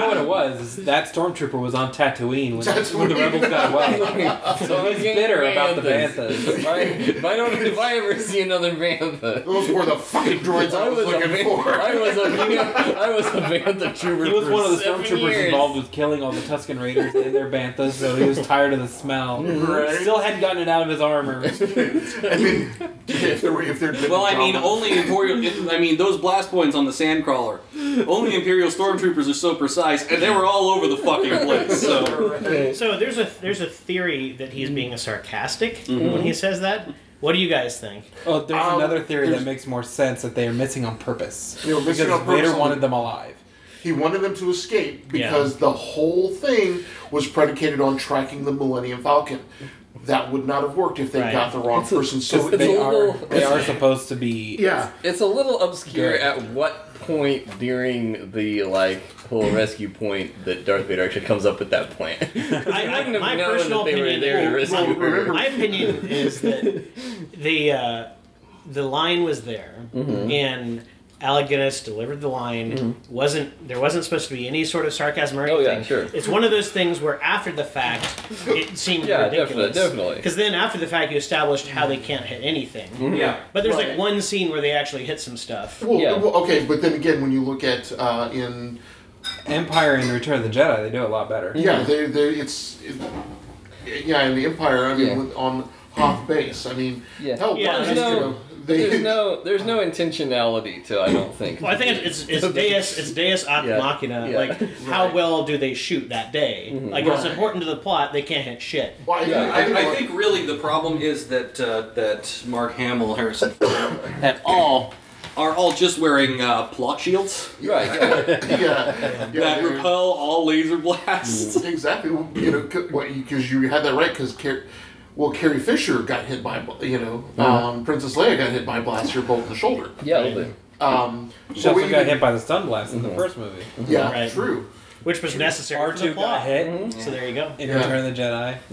[SPEAKER 6] what it was? Is that stormtrooper was on Tatooine when, when the
[SPEAKER 4] Tatooine.
[SPEAKER 6] rebels got away.
[SPEAKER 5] [laughs]
[SPEAKER 6] So he's bitter about the Banthas.
[SPEAKER 5] If I, if I don't, if I ever see another Bantha.
[SPEAKER 4] Those were the fucking droids I was,
[SPEAKER 5] a
[SPEAKER 4] looking
[SPEAKER 5] Van- [laughs]
[SPEAKER 4] for. [laughs]
[SPEAKER 5] I was a I was a Bantha trooper.
[SPEAKER 6] He was
[SPEAKER 5] for
[SPEAKER 6] one of the
[SPEAKER 5] seven
[SPEAKER 6] stormtroopers
[SPEAKER 5] years.
[SPEAKER 6] involved with killing all the Tusken Raiders and their Banthas, so he was tired of the smell.
[SPEAKER 4] Right.
[SPEAKER 6] Still hadn't gotten it out of his armor.
[SPEAKER 4] I mean, if they're if they're
[SPEAKER 1] Well, I mean, only Imperial. I mean, those blast points on the Sandcrawler. Only Imperial stormtroopers are so precise, and they were all over the fucking place. So
[SPEAKER 3] So there's a there's a theory that he's being sarcastic
[SPEAKER 5] Mm-hmm.
[SPEAKER 3] when he says that. What do you guys think?
[SPEAKER 6] Oh, there's
[SPEAKER 4] Um,
[SPEAKER 6] another theory that
[SPEAKER 4] there's-
[SPEAKER 6] makes more sense that they are missing on purpose.
[SPEAKER 4] They were missing
[SPEAKER 6] because
[SPEAKER 4] on purpose
[SPEAKER 6] Vader
[SPEAKER 4] on-
[SPEAKER 6] wanted them alive.
[SPEAKER 4] he wanted them to
[SPEAKER 3] Yeah.
[SPEAKER 4] escape because the whole thing was predicated on tracking the Millennium Falcon. That would not have worked if they
[SPEAKER 3] Right.
[SPEAKER 4] got the wrong person. So
[SPEAKER 5] it's
[SPEAKER 6] They
[SPEAKER 5] a
[SPEAKER 4] they,
[SPEAKER 6] are
[SPEAKER 5] little-
[SPEAKER 6] they are supposed to be
[SPEAKER 4] yeah,
[SPEAKER 5] It's a little obscure
[SPEAKER 6] Good.
[SPEAKER 5] at what point during the like whole rescue point that Darth Vader actually comes up with that plan.
[SPEAKER 3] [laughs] I-
[SPEAKER 5] [laughs] wouldn't have
[SPEAKER 3] my
[SPEAKER 5] known
[SPEAKER 3] personal
[SPEAKER 5] that they were
[SPEAKER 3] opinion-
[SPEAKER 5] there to
[SPEAKER 3] well,
[SPEAKER 5] rescue
[SPEAKER 4] well,
[SPEAKER 5] her.
[SPEAKER 4] remember-
[SPEAKER 3] My opinion is that the uh, the line was there,
[SPEAKER 5] Mm-hmm.
[SPEAKER 3] and Alec Guinness delivered the line. wasn't There wasn't supposed to be any sort of sarcasm or
[SPEAKER 5] Oh,
[SPEAKER 3] anything.
[SPEAKER 5] yeah, sure.
[SPEAKER 3] It's one of those things where after the fact, it seemed
[SPEAKER 5] Yeah, definitely,
[SPEAKER 3] ridiculous.
[SPEAKER 5] definitely. Mm-hmm.
[SPEAKER 3] Because then after the fact, you established how they can't hit anything.
[SPEAKER 6] yeah.
[SPEAKER 3] But there's
[SPEAKER 4] Right.
[SPEAKER 3] like one scene where they actually hit some stuff.
[SPEAKER 4] well,
[SPEAKER 5] Yeah.
[SPEAKER 4] well, okay, but then again, when you look at uh, in
[SPEAKER 6] Empire and Return of the Jedi. They do it a lot better.
[SPEAKER 4] yeah,
[SPEAKER 5] Mm.
[SPEAKER 4] they, they it's it, yeah in the Empire. I mean,
[SPEAKER 5] Yeah.
[SPEAKER 4] with, on Hoth base. I mean,
[SPEAKER 5] Yeah.
[SPEAKER 4] hell,
[SPEAKER 3] Yeah,
[SPEAKER 4] Brian,
[SPEAKER 3] there's
[SPEAKER 4] you
[SPEAKER 5] no-
[SPEAKER 4] know,
[SPEAKER 5] But
[SPEAKER 4] they
[SPEAKER 5] [laughs] There's
[SPEAKER 4] [laughs]
[SPEAKER 5] no there's no intentionality to I don't think.
[SPEAKER 3] Well, I think it's it's, it's Deus it's Deus ad
[SPEAKER 5] Yeah.
[SPEAKER 3] machina.
[SPEAKER 5] Yeah.
[SPEAKER 3] Like, how well do they shoot that day? Like, if it's
[SPEAKER 4] Right.
[SPEAKER 3] important to the plot. They can't hit shit.
[SPEAKER 4] Well, I,
[SPEAKER 5] Yeah.
[SPEAKER 1] I, I think really the problem is that uh, that Mark Hamill, Harrison, Ford,
[SPEAKER 5] at all.
[SPEAKER 1] are all just wearing uh, plot shields
[SPEAKER 5] Right. Yeah.
[SPEAKER 4] yeah, [laughs] yeah,
[SPEAKER 1] that
[SPEAKER 4] they're-
[SPEAKER 1] repel all laser blasts.
[SPEAKER 4] Exactly. Well, You know, because you had that right. Because Car- well, Carrie Fisher got hit by bl- you know um, Princess Leia got hit by a blaster bolt in the
[SPEAKER 3] [laughs]
[SPEAKER 4] shoulder.
[SPEAKER 5] Yeah. we'll do.
[SPEAKER 4] Um,
[SPEAKER 6] She
[SPEAKER 4] so
[SPEAKER 6] also
[SPEAKER 4] we- Mm-hmm.
[SPEAKER 6] got hit by the stun blast in the first movie.
[SPEAKER 4] Yeah,
[SPEAKER 3] Right.
[SPEAKER 4] true.
[SPEAKER 3] which was necessary
[SPEAKER 6] R
[SPEAKER 3] for the
[SPEAKER 6] two got
[SPEAKER 3] plot.
[SPEAKER 6] hit
[SPEAKER 3] So there you go.
[SPEAKER 6] in
[SPEAKER 4] Mm-hmm. Yeah.
[SPEAKER 6] Return of the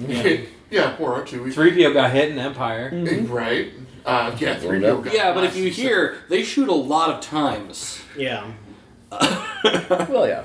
[SPEAKER 6] Jedi.
[SPEAKER 4] [laughs] Yeah, poor R two.
[SPEAKER 6] Three PO got hit in Empire.
[SPEAKER 4] Mm-hmm. Right. Uh, yeah, three.
[SPEAKER 5] Well, no.
[SPEAKER 4] got
[SPEAKER 1] Yeah, but if
[SPEAKER 4] blasted,
[SPEAKER 1] you
[SPEAKER 4] so-
[SPEAKER 1] hear, they shoot a lot of times.
[SPEAKER 3] Yeah.
[SPEAKER 5] Well, yeah.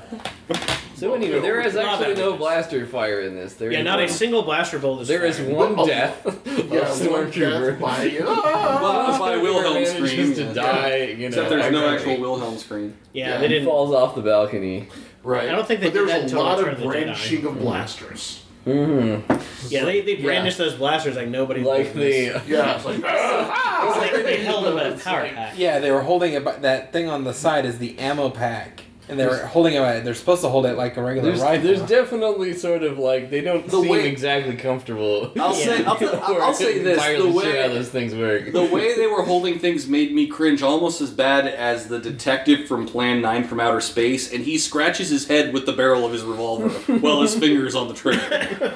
[SPEAKER 5] So anyway, there is
[SPEAKER 3] Not
[SPEAKER 5] actually
[SPEAKER 3] that
[SPEAKER 5] no
[SPEAKER 3] much.
[SPEAKER 5] blaster fire in this. There
[SPEAKER 3] Yeah,
[SPEAKER 5] is
[SPEAKER 3] not a
[SPEAKER 5] one-
[SPEAKER 3] single blaster bolt is
[SPEAKER 5] There is
[SPEAKER 3] fired.
[SPEAKER 5] one
[SPEAKER 1] [laughs]
[SPEAKER 4] Well,
[SPEAKER 5] death. of
[SPEAKER 4] [laughs] yeah, one
[SPEAKER 5] stormtrooper.
[SPEAKER 3] [laughs]
[SPEAKER 4] death by ah!
[SPEAKER 1] Well,
[SPEAKER 5] [laughs] Oh,
[SPEAKER 1] by Wilhelm
[SPEAKER 5] manages
[SPEAKER 1] scream.
[SPEAKER 5] to
[SPEAKER 1] yeah.
[SPEAKER 5] die. You know,
[SPEAKER 1] Except there's no
[SPEAKER 5] irony.
[SPEAKER 1] actual Wilhelm scream.
[SPEAKER 3] Yeah,
[SPEAKER 4] Yeah.
[SPEAKER 3] they
[SPEAKER 5] He
[SPEAKER 3] didn't.
[SPEAKER 5] falls off the balcony.
[SPEAKER 4] right.
[SPEAKER 3] I don't think they
[SPEAKER 4] But
[SPEAKER 3] did
[SPEAKER 4] there's
[SPEAKER 3] that
[SPEAKER 4] a
[SPEAKER 3] until
[SPEAKER 4] lot
[SPEAKER 3] Return
[SPEAKER 4] of
[SPEAKER 3] of the Jedi.
[SPEAKER 4] branching of blasters.
[SPEAKER 5] Mm-hmm.
[SPEAKER 3] Yeah, they, they brandished those blasters like nobody.
[SPEAKER 5] Like
[SPEAKER 3] business.
[SPEAKER 5] the
[SPEAKER 4] Yeah, it's like ah!
[SPEAKER 3] [laughs] It's like
[SPEAKER 4] [laughs]
[SPEAKER 3] they held them in a power pack.
[SPEAKER 6] Yeah, they were holding it. By, that thing on the side is the ammo pack, and they were holding it. By, they're supposed to hold it like a regular
[SPEAKER 5] there's,
[SPEAKER 6] rifle.
[SPEAKER 5] there's definitely sort of like they don't
[SPEAKER 1] The
[SPEAKER 5] seem
[SPEAKER 1] way-
[SPEAKER 5] exactly comfortable. [laughs]
[SPEAKER 1] I'll say, I'll, I'll, I'll say this:
[SPEAKER 5] Entirely
[SPEAKER 1] the
[SPEAKER 5] sure how
[SPEAKER 1] way
[SPEAKER 5] those things work.
[SPEAKER 1] the way they were holding things made me cringe almost as bad as the detective from Plan 9 from Outer Space, and he scratches his head with the barrel of his revolver while his finger's on the trigger.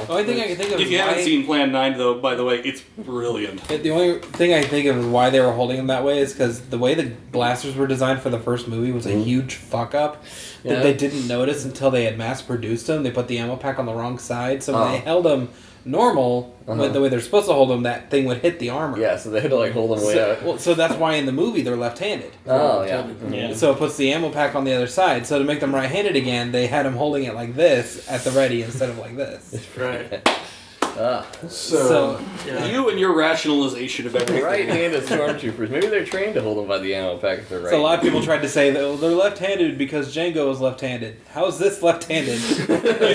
[SPEAKER 6] the only thing I can think of.
[SPEAKER 1] If
[SPEAKER 6] Is
[SPEAKER 1] you haven't
[SPEAKER 6] why,
[SPEAKER 1] seen Plan 9, though, by the way, it's brilliant.
[SPEAKER 6] the only thing I can think of is why they were holding them that way is because the way the blasters were designed for the first movie was a
[SPEAKER 5] Mm-hmm.
[SPEAKER 6] huge fuck up
[SPEAKER 5] Yeah.
[SPEAKER 6] that they didn't notice until they had mass produced them. They put the ammo pack on the wrong side, so when they held them normal,
[SPEAKER 5] Oh. Uh-huh.
[SPEAKER 6] with the way they're supposed to hold them, that thing would hit the armor.
[SPEAKER 5] [laughs] yeah, so they had to like hold them way
[SPEAKER 6] So,
[SPEAKER 5] out.
[SPEAKER 6] well, so that's why in the movie they're left-handed.
[SPEAKER 5] Oh yeah.
[SPEAKER 3] Yeah.
[SPEAKER 6] So it puts the ammo pack on the other side. So to make them right-handed again, they had him holding it like this at the ready instead of like this.
[SPEAKER 4] right.
[SPEAKER 5] Ah,
[SPEAKER 4] So,
[SPEAKER 1] [laughs]
[SPEAKER 3] Yeah.
[SPEAKER 1] You and your rationalization of everything.
[SPEAKER 5] right-handed stormtroopers. Maybe they're trained to hold them by the animal pack if they're right.
[SPEAKER 6] So a lot of people tried to say that well, they're left-handed because Django is left-handed. How is this left-handed?
[SPEAKER 3] [laughs]
[SPEAKER 6] Using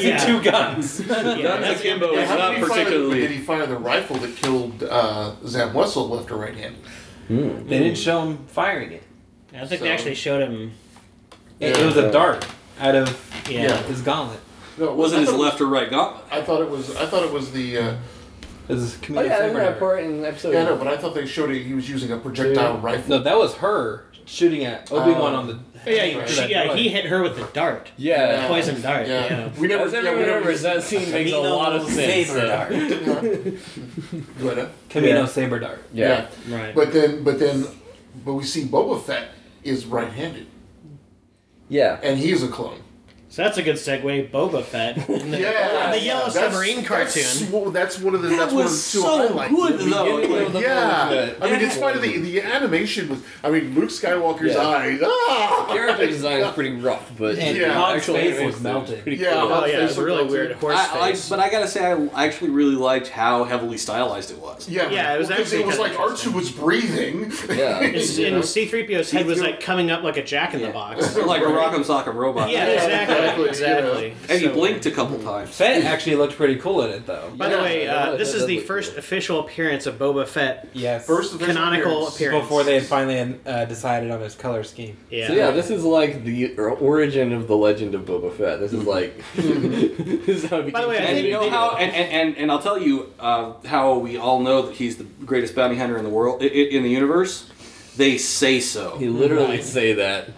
[SPEAKER 3] Yeah.
[SPEAKER 6] two guns.
[SPEAKER 1] Guns
[SPEAKER 3] that's-
[SPEAKER 1] Akimbo
[SPEAKER 4] Yeah,
[SPEAKER 1] is
[SPEAKER 4] how did
[SPEAKER 1] not
[SPEAKER 4] he find- did
[SPEAKER 1] particularly.
[SPEAKER 4] he find the rifle that killed uh, Zam Wessel left or right handed?
[SPEAKER 6] They didn't show him firing it.
[SPEAKER 3] I think
[SPEAKER 4] So-
[SPEAKER 3] they actually showed him.
[SPEAKER 6] It, it was a dart out of
[SPEAKER 3] Yeah.
[SPEAKER 6] his gauntlet.
[SPEAKER 4] No,
[SPEAKER 1] It wasn't
[SPEAKER 4] I
[SPEAKER 1] his
[SPEAKER 4] thought it
[SPEAKER 1] left or right gauntlet.
[SPEAKER 4] was- I thought it was. I thought it was the. Uh,
[SPEAKER 6] His
[SPEAKER 5] Oh
[SPEAKER 6] comedic
[SPEAKER 5] yeah,
[SPEAKER 6] saber
[SPEAKER 5] isn't that
[SPEAKER 6] dart.
[SPEAKER 5] part in episode?
[SPEAKER 4] yeah, no, but I thought they showed it. He was using a projectile rifle.
[SPEAKER 6] No, that was her shooting at Obi Wan
[SPEAKER 4] Oh.
[SPEAKER 6] on the.
[SPEAKER 3] Yeah, she, yeah, he hit her with the dart.
[SPEAKER 5] yeah.
[SPEAKER 4] Yeah.
[SPEAKER 3] Poison dart.
[SPEAKER 4] Yeah.
[SPEAKER 3] Yeah.
[SPEAKER 4] we never.
[SPEAKER 5] As
[SPEAKER 4] Yeah,
[SPEAKER 5] everyone
[SPEAKER 4] we never.
[SPEAKER 5] remembers, that scene makes a lot of sense.
[SPEAKER 6] Saber
[SPEAKER 5] though.
[SPEAKER 6] dart.
[SPEAKER 4] [laughs] But,
[SPEAKER 6] Camino
[SPEAKER 5] Yeah.
[SPEAKER 6] saber dart.
[SPEAKER 5] Yeah.
[SPEAKER 3] Right.
[SPEAKER 4] but then, but then, but we see Boba Fett is right handed,
[SPEAKER 5] Yeah.
[SPEAKER 4] and he's a clone.
[SPEAKER 3] so that's a good segue. Boba Fett. in the-
[SPEAKER 4] Yeah,
[SPEAKER 3] The Yellow
[SPEAKER 4] That's-
[SPEAKER 3] Submarine
[SPEAKER 4] That's,
[SPEAKER 3] cartoon.
[SPEAKER 4] well, that's one of the.
[SPEAKER 1] That
[SPEAKER 4] that's one of
[SPEAKER 1] was
[SPEAKER 4] the two
[SPEAKER 1] so
[SPEAKER 4] highlights.
[SPEAKER 1] good, though.
[SPEAKER 5] beginning of the-
[SPEAKER 4] Yeah,
[SPEAKER 5] Boba Fett.
[SPEAKER 4] I mean, in spite of the the animation was, I mean, Luke Skywalker's
[SPEAKER 5] Yeah.
[SPEAKER 4] eyes. Ah!
[SPEAKER 5] Character design is pretty rough, but
[SPEAKER 6] And
[SPEAKER 4] Yeah.
[SPEAKER 6] Han's
[SPEAKER 5] Actual
[SPEAKER 6] face
[SPEAKER 5] animation
[SPEAKER 6] was
[SPEAKER 5] is
[SPEAKER 6] melted.
[SPEAKER 5] pretty
[SPEAKER 4] Yeah,
[SPEAKER 5] cool.
[SPEAKER 3] Oh yeah, it's
[SPEAKER 4] Face
[SPEAKER 3] really
[SPEAKER 4] looks-
[SPEAKER 3] weird. Horse
[SPEAKER 1] I, I,
[SPEAKER 3] face.
[SPEAKER 1] but I gotta say, I actually really liked how heavily stylized it was.
[SPEAKER 4] Yeah,
[SPEAKER 3] Yeah, it was
[SPEAKER 4] because
[SPEAKER 3] actually
[SPEAKER 4] it was
[SPEAKER 3] kinda
[SPEAKER 4] like Artu
[SPEAKER 3] interesting.
[SPEAKER 4] was breathing.
[SPEAKER 5] Yeah.
[SPEAKER 3] It's-
[SPEAKER 5] Yeah.
[SPEAKER 3] and C-3PO's head was like coming up like a jack in the [laughs] box.
[SPEAKER 1] [laughs] [laughs] Like a Rock'em Sock'em Robot.
[SPEAKER 3] Yeah,
[SPEAKER 4] exactly,
[SPEAKER 3] exactly, exactly.
[SPEAKER 1] And he
[SPEAKER 3] So- mm-hmm.
[SPEAKER 1] blinked a couple times.
[SPEAKER 6] Fett actually looked pretty cool in it though.
[SPEAKER 3] By the
[SPEAKER 4] Yeah,
[SPEAKER 3] way,
[SPEAKER 5] that-
[SPEAKER 3] uh,
[SPEAKER 5] that
[SPEAKER 3] this is
[SPEAKER 5] does
[SPEAKER 3] the
[SPEAKER 5] look
[SPEAKER 3] first
[SPEAKER 5] cool.
[SPEAKER 3] official appearance of Boba Fett.
[SPEAKER 6] Yes.
[SPEAKER 4] First official
[SPEAKER 3] Canonical
[SPEAKER 4] appearance.
[SPEAKER 3] appearance.
[SPEAKER 6] before they had finally uh, decided on his color scheme.
[SPEAKER 3] Yeah.
[SPEAKER 5] So yeah, this is like the origin of the legend of Boba Fett. This is
[SPEAKER 4] Mm-hmm.
[SPEAKER 5] like [laughs] this is how it
[SPEAKER 3] By the way, I
[SPEAKER 1] And
[SPEAKER 5] became
[SPEAKER 3] think
[SPEAKER 1] you know
[SPEAKER 3] they-
[SPEAKER 1] how, and, and, and, and I'll tell you uh, how we all know that he's the greatest bounty hunter in the world, i- i- in the universe. They say so.
[SPEAKER 3] [laughs]
[SPEAKER 5] He [laughs] literally say that. [laughs]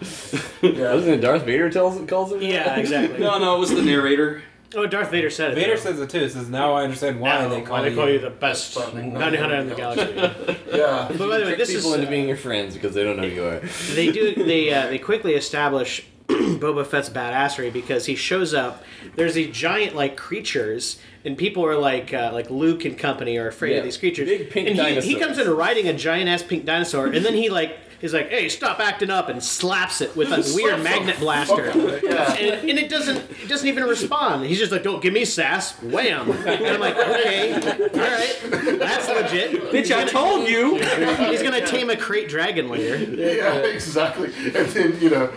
[SPEAKER 5] Wasn't it Darth Vader tells calls him? that? [laughs]
[SPEAKER 3] Yeah, exactly.
[SPEAKER 1] No, no, it was the narrator.
[SPEAKER 3] Oh, Darth Vader said it.
[SPEAKER 6] Vader
[SPEAKER 3] though.
[SPEAKER 6] says it too. It Says now I understand why
[SPEAKER 3] Oh,
[SPEAKER 6] they call,
[SPEAKER 3] why
[SPEAKER 6] you.
[SPEAKER 3] the best
[SPEAKER 4] Best fucking
[SPEAKER 3] bounty hunter in the galaxy.
[SPEAKER 6] [laughs]
[SPEAKER 3] but
[SPEAKER 4] yeah.
[SPEAKER 3] by the way,
[SPEAKER 5] Trick
[SPEAKER 3] this is
[SPEAKER 5] people into being your friends because they don't know who you
[SPEAKER 4] [laughs]
[SPEAKER 5] are.
[SPEAKER 3] they do they uh, they quickly establish [clears throat] Boba Fett's badassery because he shows up. There's these giant like creatures, and people are like uh, like Luke and company are afraid
[SPEAKER 5] Yeah,
[SPEAKER 3] of these creatures.
[SPEAKER 5] big pink
[SPEAKER 3] and he, he
[SPEAKER 5] dinosaurs.
[SPEAKER 3] comes in riding a giant ass pink dinosaur, and then he like is like, "Hey, stop acting up!" and slaps it with a weird magnet blaster.
[SPEAKER 4] [laughs] Yeah.
[SPEAKER 3] And, and it doesn't it doesn't even respond. He's just like, "Don't give me sass!" Wham! And I'm like, "Okay, all right, that's legit."
[SPEAKER 1] Bitch, I told you!
[SPEAKER 3] [laughs] He's gonna tame a crate dragon later.
[SPEAKER 4] Yeah, [laughs] exactly. And then, you know.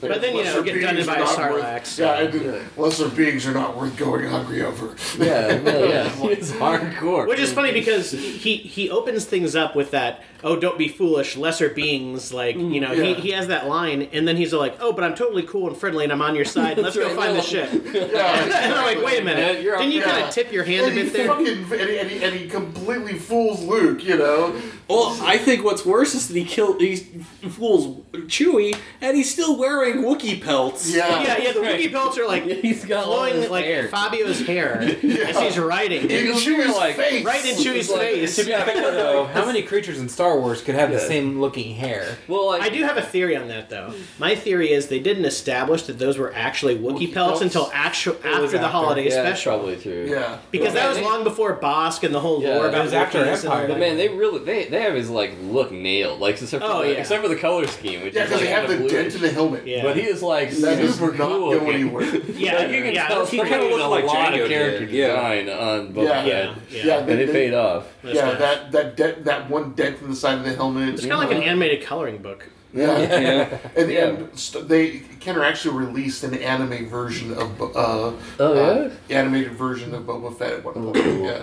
[SPEAKER 3] But then, you know,
[SPEAKER 4] lesser
[SPEAKER 3] get done
[SPEAKER 4] beings
[SPEAKER 3] by
[SPEAKER 4] are
[SPEAKER 3] a
[SPEAKER 4] not
[SPEAKER 3] Sarlacc,
[SPEAKER 4] worth-
[SPEAKER 3] so-
[SPEAKER 4] Yeah, and then lesser beings are not worth going hungry over. [laughs]
[SPEAKER 5] Yeah, [laughs] no, yeah. It's hardcore. [laughs]
[SPEAKER 3] Which is funny because he he opens things up with that oh don't be foolish lesser beings like you know he,
[SPEAKER 4] yeah.
[SPEAKER 3] he has that line and then he's like oh but I'm totally cool and friendly and I'm on your side let's go
[SPEAKER 5] right,
[SPEAKER 3] find
[SPEAKER 5] no. [laughs]
[SPEAKER 3] the ship [laughs] and
[SPEAKER 4] Yeah.
[SPEAKER 3] I'm like wait a
[SPEAKER 5] Yeah,
[SPEAKER 3] minute
[SPEAKER 5] you're
[SPEAKER 3] didn't you
[SPEAKER 4] up-
[SPEAKER 3] kind
[SPEAKER 4] yeah.
[SPEAKER 3] of tip your hand a
[SPEAKER 4] And he,
[SPEAKER 3] bit there
[SPEAKER 4] fucking, and, he, and, he, and he completely fools Luke, you know.
[SPEAKER 1] Well, I think what's worse is that he killed he fools Chewie, and he's still wearing Wookiee pelts.
[SPEAKER 4] Yeah.
[SPEAKER 3] [laughs] yeah yeah the Wookiee belts are
[SPEAKER 5] [laughs]
[SPEAKER 3] like
[SPEAKER 5] He's got all
[SPEAKER 3] flowing
[SPEAKER 5] this
[SPEAKER 3] like
[SPEAKER 5] hair.
[SPEAKER 3] Fabio's
[SPEAKER 5] [laughs]
[SPEAKER 3] hair as he's writing
[SPEAKER 4] In
[SPEAKER 5] was
[SPEAKER 4] Chewie's
[SPEAKER 5] like-
[SPEAKER 4] face.
[SPEAKER 3] right in Chewie's
[SPEAKER 5] like-
[SPEAKER 6] To
[SPEAKER 3] face.
[SPEAKER 6] be
[SPEAKER 4] [laughs]
[SPEAKER 6] fair though, how many creatures in Star Wars could have the
[SPEAKER 5] Yeah.
[SPEAKER 6] same looking hair?
[SPEAKER 5] Well, like,
[SPEAKER 3] I do have a theory on that, though. My theory is they didn't establish that those were actually Wookiee
[SPEAKER 4] Wookiee
[SPEAKER 3] pelts
[SPEAKER 4] pelts?
[SPEAKER 3] until actual after
[SPEAKER 6] was
[SPEAKER 3] the
[SPEAKER 6] after.
[SPEAKER 3] holiday
[SPEAKER 5] yeah, that's
[SPEAKER 3] special.
[SPEAKER 5] probably true.
[SPEAKER 4] Yeah.
[SPEAKER 3] Because that was long before Bosk and the whole
[SPEAKER 5] Yeah.
[SPEAKER 3] lore about
[SPEAKER 5] It
[SPEAKER 6] was after
[SPEAKER 3] Wookiees and all
[SPEAKER 6] Empire.
[SPEAKER 3] that.
[SPEAKER 5] But man, they really they, they have his like look nailed, like except for
[SPEAKER 3] Oh,
[SPEAKER 5] the,
[SPEAKER 3] yeah.
[SPEAKER 5] except for the color scheme, which
[SPEAKER 4] Yeah,
[SPEAKER 5] is
[SPEAKER 4] because
[SPEAKER 5] like
[SPEAKER 4] they have
[SPEAKER 5] kinda
[SPEAKER 4] the dent
[SPEAKER 5] bluish.
[SPEAKER 4] in the helmet.
[SPEAKER 3] Yeah.
[SPEAKER 5] But he is like
[SPEAKER 4] That
[SPEAKER 5] super
[SPEAKER 4] is not
[SPEAKER 5] cool
[SPEAKER 4] going
[SPEAKER 5] looking.
[SPEAKER 4] anywhere.
[SPEAKER 3] yeah,
[SPEAKER 5] Like, you can
[SPEAKER 3] yeah,
[SPEAKER 5] tell
[SPEAKER 3] he
[SPEAKER 5] somebody
[SPEAKER 1] kinda
[SPEAKER 5] did
[SPEAKER 1] looked
[SPEAKER 5] a
[SPEAKER 1] like
[SPEAKER 5] lot
[SPEAKER 1] Django
[SPEAKER 5] of character
[SPEAKER 1] did, yeah.
[SPEAKER 5] design on Boba
[SPEAKER 4] Yeah.
[SPEAKER 5] Fett,
[SPEAKER 3] Yeah.
[SPEAKER 4] Yeah,
[SPEAKER 5] and it
[SPEAKER 4] they-
[SPEAKER 5] paid off.
[SPEAKER 3] That's
[SPEAKER 4] yeah,
[SPEAKER 3] right.
[SPEAKER 4] that that dent, that one dent in the side of the helmet.
[SPEAKER 3] It's kind of like an animated coloring book.
[SPEAKER 4] yeah. [laughs]
[SPEAKER 1] Yeah.
[SPEAKER 4] And, and st- they Kenner actually released an anime version of Bo- uh,
[SPEAKER 5] Oh,
[SPEAKER 4] uh, animated version of Boba Fett at one point. Yeah,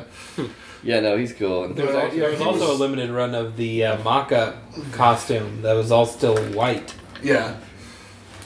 [SPEAKER 5] Yeah, no, he's cool. And
[SPEAKER 6] There was,
[SPEAKER 4] Well,
[SPEAKER 6] actually,
[SPEAKER 4] yeah,
[SPEAKER 6] there was
[SPEAKER 4] he
[SPEAKER 6] also
[SPEAKER 4] was-
[SPEAKER 6] a limited run of the uh, Maka costume that was all still white.
[SPEAKER 4] yeah,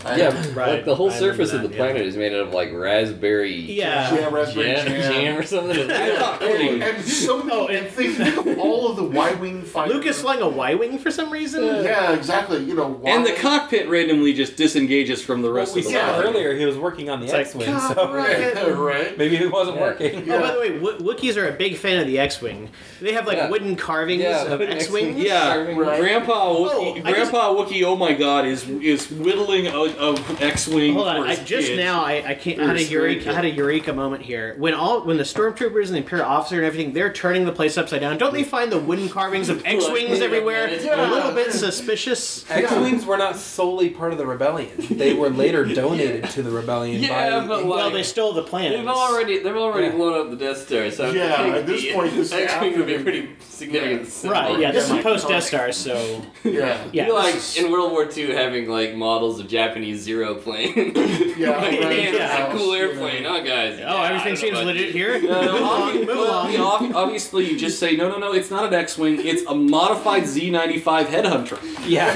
[SPEAKER 4] I-
[SPEAKER 5] yeah,
[SPEAKER 3] Right,
[SPEAKER 5] like the whole
[SPEAKER 3] I remember
[SPEAKER 5] surface of
[SPEAKER 3] that,
[SPEAKER 5] the
[SPEAKER 3] yeah.
[SPEAKER 5] planet is made out of like raspberry
[SPEAKER 3] Yeah.
[SPEAKER 4] Jam, raspberry
[SPEAKER 5] jam,
[SPEAKER 4] jam.
[SPEAKER 5] jam or something.
[SPEAKER 4] [laughs]
[SPEAKER 5] It's
[SPEAKER 1] I thought
[SPEAKER 5] really
[SPEAKER 1] really-
[SPEAKER 4] And so many,
[SPEAKER 3] Oh,
[SPEAKER 4] and
[SPEAKER 3] and-
[SPEAKER 4] think, think of all of the Y wing fighters.
[SPEAKER 3] [laughs] Lucas flying a Y wing for some reason.
[SPEAKER 4] Yeah, exactly. You know, Y-
[SPEAKER 1] And the cockpit randomly just disengages from the rest
[SPEAKER 6] we
[SPEAKER 1] of the
[SPEAKER 6] saw
[SPEAKER 4] yeah.
[SPEAKER 6] earlier he was working on the
[SPEAKER 3] like,
[SPEAKER 6] X-wing,
[SPEAKER 4] God,
[SPEAKER 6] so
[SPEAKER 4] [laughs] right, right.
[SPEAKER 6] [laughs] maybe he wasn't
[SPEAKER 5] Yeah.
[SPEAKER 6] working.
[SPEAKER 4] Yeah.
[SPEAKER 3] Oh, by the way, w- Wookiees are a big fan of the X-wing. They have like
[SPEAKER 5] Yeah.
[SPEAKER 3] wooden carvings
[SPEAKER 5] Yeah,
[SPEAKER 3] of
[SPEAKER 5] wooden
[SPEAKER 3] X-wings.
[SPEAKER 5] X-wings.
[SPEAKER 1] Yeah,
[SPEAKER 5] Starving
[SPEAKER 4] Right.
[SPEAKER 1] Grandpa Wookie,
[SPEAKER 3] Oh, I
[SPEAKER 1] Grandpa Wookie, oh my God, is is whittling a moment of X-wing.
[SPEAKER 3] Hold on, I,
[SPEAKER 1] versus
[SPEAKER 3] just
[SPEAKER 1] kid.
[SPEAKER 3] now I, I can't. I
[SPEAKER 1] Or
[SPEAKER 3] had a
[SPEAKER 1] his
[SPEAKER 3] eureka.
[SPEAKER 1] grandkid.
[SPEAKER 3] I had a eureka moment here. When all when the stormtroopers and the imperial officer and everything, they're turning the place upside down. Don't they find the wooden carvings of X wings everywhere?
[SPEAKER 4] Yeah.
[SPEAKER 3] A little bit suspicious.
[SPEAKER 6] X wings were not solely part of the rebellion. They were later donated to the rebellion.
[SPEAKER 2] Yeah,
[SPEAKER 6] by,
[SPEAKER 2] but, like-
[SPEAKER 3] Well, they stole the planet.
[SPEAKER 2] They've already they've already
[SPEAKER 6] Yeah.
[SPEAKER 2] blown up the Death Star, so I
[SPEAKER 4] Yeah,
[SPEAKER 2] think
[SPEAKER 4] at this
[SPEAKER 2] the
[SPEAKER 4] point, this
[SPEAKER 2] X-wing would be a pretty significant. symbol.
[SPEAKER 3] right. Yeah, this
[SPEAKER 4] Yeah,
[SPEAKER 3] is
[SPEAKER 4] my
[SPEAKER 3] post Death Star,
[SPEAKER 4] God.
[SPEAKER 3] so
[SPEAKER 4] Yeah.
[SPEAKER 3] yeah.
[SPEAKER 2] You're like in World War II having like models of Japanese zero plane.
[SPEAKER 5] [laughs]
[SPEAKER 4] Yeah,
[SPEAKER 2] like,
[SPEAKER 4] right,
[SPEAKER 2] man, that's
[SPEAKER 4] yeah.
[SPEAKER 2] a cool airplane, huh, guys? Yeah,
[SPEAKER 3] oh,
[SPEAKER 2] I
[SPEAKER 3] everything
[SPEAKER 2] don't know
[SPEAKER 3] seems
[SPEAKER 2] about
[SPEAKER 3] legit
[SPEAKER 2] you.
[SPEAKER 3] here. [laughs]
[SPEAKER 1] No, no,
[SPEAKER 3] Move along,
[SPEAKER 1] obvi-
[SPEAKER 3] move
[SPEAKER 1] well,
[SPEAKER 3] along.
[SPEAKER 1] yeah, ob- obviously, you just say no, no, no. It's not an X-wing. It's a modified Z95 headhunter.
[SPEAKER 6] [laughs] yeah.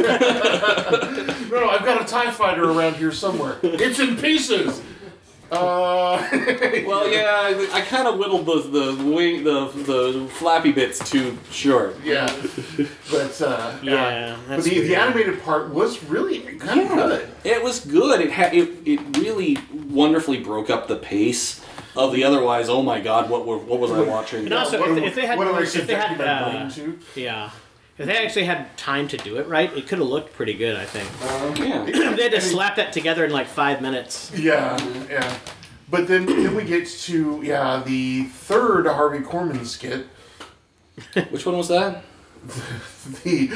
[SPEAKER 4] No, no, I've got a TIE fighter around here somewhere. It's in pieces! Uh, [laughs]
[SPEAKER 1] Well, yeah, I, I kind of whittled the the wing the the flappy bits too short.
[SPEAKER 4] yeah. But, uh,
[SPEAKER 3] Yeah,
[SPEAKER 4] But
[SPEAKER 3] that's
[SPEAKER 4] the, the
[SPEAKER 3] weird.
[SPEAKER 4] animated part was really kind of good.
[SPEAKER 1] It was good. It had it, it really wonderfully broke up the pace of the otherwise. Oh my God, what were, what was I watching?
[SPEAKER 3] And also,
[SPEAKER 4] What
[SPEAKER 3] if,
[SPEAKER 4] am-
[SPEAKER 3] if they had,
[SPEAKER 4] what am I
[SPEAKER 3] more, if they had,
[SPEAKER 4] subjecting my
[SPEAKER 3] uh,
[SPEAKER 4] brain to?
[SPEAKER 3] yeah, if they actually had time to do it right, it could have looked pretty good. I think [clears throat]
[SPEAKER 1] yeah.
[SPEAKER 3] they had to slap that together in like five minutes.
[SPEAKER 4] Yeah, yeah. But then, then we get to yeah the third Harvey Korman skit.
[SPEAKER 1] Which one was that?
[SPEAKER 4] The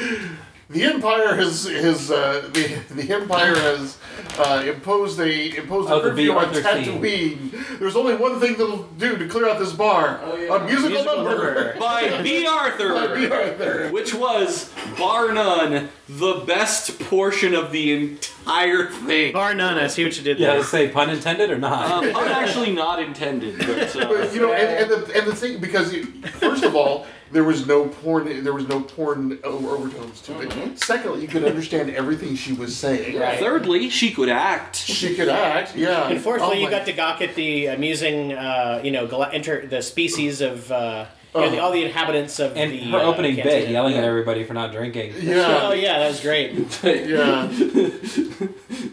[SPEAKER 4] the Empire has has uh, the the Empire has uh, imposed a imposed
[SPEAKER 6] Oh,
[SPEAKER 4] a
[SPEAKER 6] the
[SPEAKER 4] curfew
[SPEAKER 6] Big
[SPEAKER 4] on
[SPEAKER 6] Arthur scene.
[SPEAKER 4] Tatooine. There's only one thing that'll do to clear out this bar: a musical,
[SPEAKER 3] Musical
[SPEAKER 4] number. [laughs]
[SPEAKER 1] By B.
[SPEAKER 4] Big
[SPEAKER 1] Arthur,
[SPEAKER 4] Arthur.
[SPEAKER 1] which was bar none the best portion of the entire thing.
[SPEAKER 3] Bar none, I see what you did
[SPEAKER 6] Yeah,
[SPEAKER 3] there.
[SPEAKER 6] let's say pun intended or not.
[SPEAKER 1] Uh, pun actually not intended, but
[SPEAKER 4] [laughs]
[SPEAKER 1] uh,
[SPEAKER 4] But, you know, and, and the and the thing because you, first of all, there was no porn. There was no porn o- overtones to it. Secondly, you could understand everything she was saying.
[SPEAKER 1] thirdly, she could act.
[SPEAKER 4] She could act, yeah.
[SPEAKER 3] Unfortunately,
[SPEAKER 4] Oh
[SPEAKER 3] you
[SPEAKER 4] my-
[SPEAKER 3] got to gawk at the amusing, uh, you know, gla- enter the species of uh, you
[SPEAKER 4] Oh.
[SPEAKER 3] know, the, all the inhabitants of
[SPEAKER 6] and
[SPEAKER 3] the
[SPEAKER 6] her
[SPEAKER 3] uh,
[SPEAKER 6] opening bit,
[SPEAKER 3] cantina.
[SPEAKER 6] yelling at everybody for not drinking.
[SPEAKER 3] Oh
[SPEAKER 4] Yeah,
[SPEAKER 3] yeah, that was great.
[SPEAKER 5] [laughs]
[SPEAKER 4] yeah,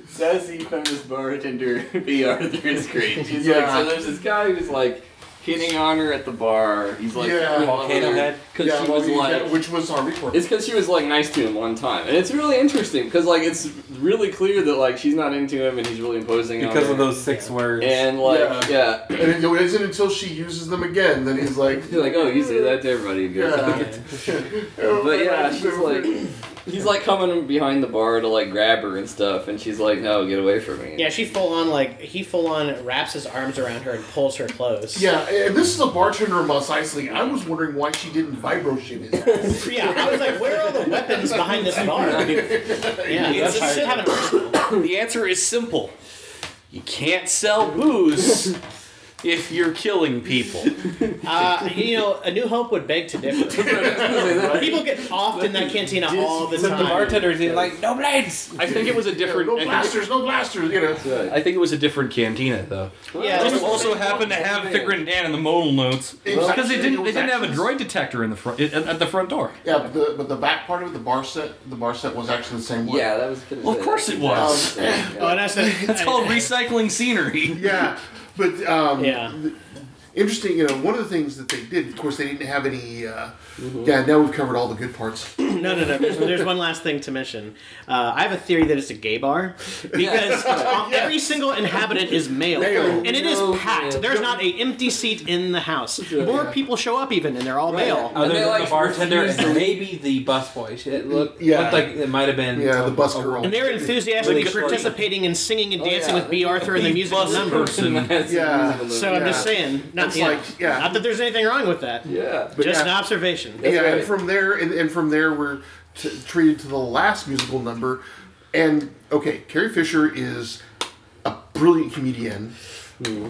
[SPEAKER 5] Sassy feminist bartender [laughs] B. Arthur is great. She's like,
[SPEAKER 4] Yeah.
[SPEAKER 5] so there's this guy who's like hitting on her at the bar. He's like,
[SPEAKER 4] Yeah.
[SPEAKER 6] Volcano head.
[SPEAKER 5] Because
[SPEAKER 4] yeah,
[SPEAKER 5] she was
[SPEAKER 4] well,
[SPEAKER 5] like,
[SPEAKER 4] yeah, which was Harvey Korman.
[SPEAKER 5] It's because she was like nice to him one time, and it's really interesting because like it's really clear that like she's not into him, and he's really imposing on
[SPEAKER 6] Because
[SPEAKER 5] her.
[SPEAKER 6] of those six words.
[SPEAKER 5] And like, yeah,
[SPEAKER 4] And it it isn't until she uses them again that he's like,
[SPEAKER 5] he's [laughs] like, oh, you say that to everybody. and goes,
[SPEAKER 4] Yeah.
[SPEAKER 5] "Okay." But
[SPEAKER 4] [laughs]
[SPEAKER 5] yeah, she's like, [laughs] he's like coming behind the bar to like grab her and stuff, and she's like, no, get away from me.
[SPEAKER 3] Yeah, she full on like he full on wraps his arms around her and pulls her close.
[SPEAKER 4] yeah, and this is a bartender in Mos Eisley. I was wondering why she didn't vibro shit
[SPEAKER 5] [laughs]
[SPEAKER 4] his ass.
[SPEAKER 3] Yeah, I was like, where are all the weapons behind this bar? Yeah,
[SPEAKER 1] Yeah,
[SPEAKER 3] let's just
[SPEAKER 1] tired.
[SPEAKER 3] have an arsenal.
[SPEAKER 1] The answer is simple. You can't sell [laughs] booze if you're killing people.
[SPEAKER 3] Uh, you know, A New Hope would beg to [laughs] differ. People get offed in that cantina all the
[SPEAKER 6] But the
[SPEAKER 3] time.
[SPEAKER 6] bartenders he's like, no blades!
[SPEAKER 1] I think it was a different.
[SPEAKER 4] no
[SPEAKER 1] I think,
[SPEAKER 4] blasters, no blasters, you know.
[SPEAKER 1] [laughs]
[SPEAKER 5] Good.
[SPEAKER 1] I think it was a different cantina though.
[SPEAKER 3] Yeah,
[SPEAKER 1] It
[SPEAKER 3] just-
[SPEAKER 1] also happened to have the grenade and the modal notes because they didn't. They didn't have a droid detector in the front at, at the front door.
[SPEAKER 4] Yeah, but the, but the back part of it, the bar set, the bar set was actually the same one.
[SPEAKER 5] Yeah, that was. gonna
[SPEAKER 1] Well,
[SPEAKER 5] say
[SPEAKER 1] of
[SPEAKER 5] that.
[SPEAKER 1] course it was.
[SPEAKER 5] Yeah, yeah.
[SPEAKER 3] Oh, and I [laughs] said,
[SPEAKER 1] That's called recycling
[SPEAKER 4] [laughs]
[SPEAKER 1] scenery.
[SPEAKER 4] Yeah, but um,
[SPEAKER 3] Yeah.
[SPEAKER 4] interesting. You know, one of the things that they did, of course, they didn't have any. Uh,
[SPEAKER 5] Mm-hmm.
[SPEAKER 4] Yeah, now we've covered all the good parts.
[SPEAKER 3] No, no, no. There's, there's one last thing to mention. Uh, I have a theory that it's a gay bar [laughs] because uh, every single inhabitant is male,
[SPEAKER 4] Male.
[SPEAKER 3] and it is
[SPEAKER 5] No,
[SPEAKER 3] packed.
[SPEAKER 5] man.
[SPEAKER 3] There's not a empty seat in the house. More people show up even, and they're all male.
[SPEAKER 5] And
[SPEAKER 6] Other
[SPEAKER 5] they,
[SPEAKER 6] than
[SPEAKER 5] like,
[SPEAKER 6] the bartender
[SPEAKER 5] refused
[SPEAKER 6] and maybe the busboy. It looked,
[SPEAKER 4] Yeah.
[SPEAKER 6] looked like it might have been.
[SPEAKER 4] Yeah, the
[SPEAKER 6] a-
[SPEAKER 4] bus
[SPEAKER 6] a-
[SPEAKER 4] girl.
[SPEAKER 3] And they're enthusiastically
[SPEAKER 1] Like,
[SPEAKER 3] participating in singing and
[SPEAKER 5] Oh,
[SPEAKER 3] dancing
[SPEAKER 5] yeah.
[SPEAKER 3] with B. Arthur and the musical
[SPEAKER 1] Bus
[SPEAKER 3] number.
[SPEAKER 1] person.
[SPEAKER 5] That's
[SPEAKER 4] Yeah.
[SPEAKER 5] a reasonable
[SPEAKER 3] So I'm
[SPEAKER 5] number.
[SPEAKER 3] just saying, not,
[SPEAKER 4] It's
[SPEAKER 3] yeah.
[SPEAKER 4] like, yeah.
[SPEAKER 3] not that there's anything wrong with that.
[SPEAKER 4] [laughs]
[SPEAKER 5] Yeah.
[SPEAKER 4] But
[SPEAKER 3] Just
[SPEAKER 4] yeah.
[SPEAKER 3] an observation.
[SPEAKER 4] yeah,
[SPEAKER 5] right.
[SPEAKER 4] and from there, and, and from there, we're t- treated to the last musical number. And okay, Carrie Fisher is a brilliant comedian,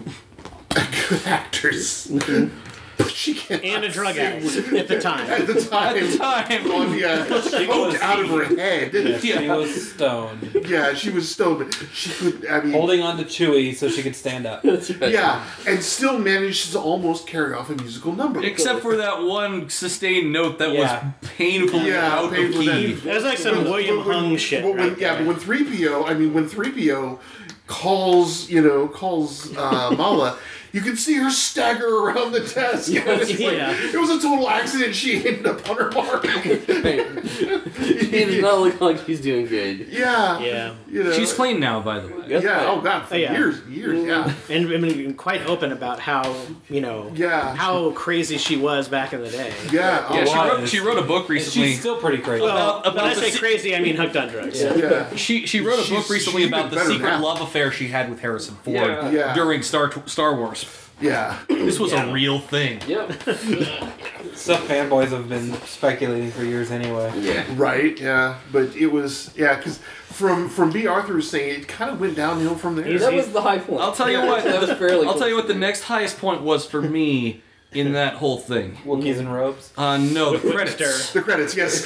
[SPEAKER 4] a good [laughs] actress, but she can't
[SPEAKER 3] And a drug addict at the time.
[SPEAKER 4] at the time.
[SPEAKER 1] Time.
[SPEAKER 4] on the, uh, smoked out of her head.
[SPEAKER 6] She was stoned,
[SPEAKER 4] [laughs] Yeah, she was stoned. She could, I mean,
[SPEAKER 6] holding on to Chewie so she could stand up.
[SPEAKER 4] yeah, and still managed to almost carry off a musical number.
[SPEAKER 1] Except for that one sustained note that
[SPEAKER 6] Yeah.
[SPEAKER 1] was painfully
[SPEAKER 4] Yeah,
[SPEAKER 1] out
[SPEAKER 4] painfully
[SPEAKER 1] of key.
[SPEAKER 3] That was like some William Hung shit.
[SPEAKER 4] Well, when,
[SPEAKER 3] right
[SPEAKER 4] yeah,
[SPEAKER 3] there.
[SPEAKER 4] but
[SPEAKER 3] [laughs]
[SPEAKER 4] when three PO, I mean, when three PO calls, you know, calls uh, Mala, You can see her stagger around the desk. and it's like-
[SPEAKER 3] Yeah.
[SPEAKER 4] It was a total accident. She ended up on her
[SPEAKER 3] [laughs]
[SPEAKER 4] mark.
[SPEAKER 5] [laughs] She does not look like she's doing good.
[SPEAKER 4] [laughs] yeah.
[SPEAKER 3] Yeah.
[SPEAKER 4] You know,
[SPEAKER 1] She's clean now, by the way.
[SPEAKER 4] Yeah. Oh God. For
[SPEAKER 3] Oh, yeah.
[SPEAKER 4] years. Years. Yeah.
[SPEAKER 3] And I mean, been quite open about how, you know,
[SPEAKER 4] Yeah.
[SPEAKER 3] how crazy she was back in the day.
[SPEAKER 4] Yeah.
[SPEAKER 1] Yeah,
[SPEAKER 4] a
[SPEAKER 1] she
[SPEAKER 4] lot.
[SPEAKER 1] wrote, she wrote a book recently.
[SPEAKER 6] She's still pretty crazy.
[SPEAKER 3] Well,
[SPEAKER 8] About-
[SPEAKER 3] when I
[SPEAKER 8] about
[SPEAKER 3] say
[SPEAKER 8] the-
[SPEAKER 3] crazy, I mean hooked on drugs.
[SPEAKER 4] Yeah.
[SPEAKER 1] She she wrote a
[SPEAKER 4] She's-
[SPEAKER 1] book recently
[SPEAKER 4] she's
[SPEAKER 1] about the
[SPEAKER 4] better
[SPEAKER 1] secret
[SPEAKER 4] now.
[SPEAKER 1] love affair she had with Harrison Ford
[SPEAKER 5] Yeah.
[SPEAKER 4] Yeah.
[SPEAKER 1] during Star Star Wars.
[SPEAKER 4] Yeah.
[SPEAKER 1] This was a real thing.
[SPEAKER 4] oh,
[SPEAKER 5] Yep.
[SPEAKER 6] Stuff fanboys have been speculating for years anyway.
[SPEAKER 5] Yeah.
[SPEAKER 4] Right. [laughs] Yeah. But it was. Yeah. Because from from B. Arthur was saying it kind of went downhill from there.
[SPEAKER 5] That was the high point.
[SPEAKER 1] I'll tell you
[SPEAKER 5] Yeah,
[SPEAKER 1] what.
[SPEAKER 5] That was fairly.
[SPEAKER 1] I'll
[SPEAKER 5] cool.
[SPEAKER 1] tell you what the next highest point was for me in that whole thing.
[SPEAKER 6] Wookiees and robes.
[SPEAKER 1] Uh, no,
[SPEAKER 3] [laughs]
[SPEAKER 1] the credits.
[SPEAKER 4] the credits. Yes.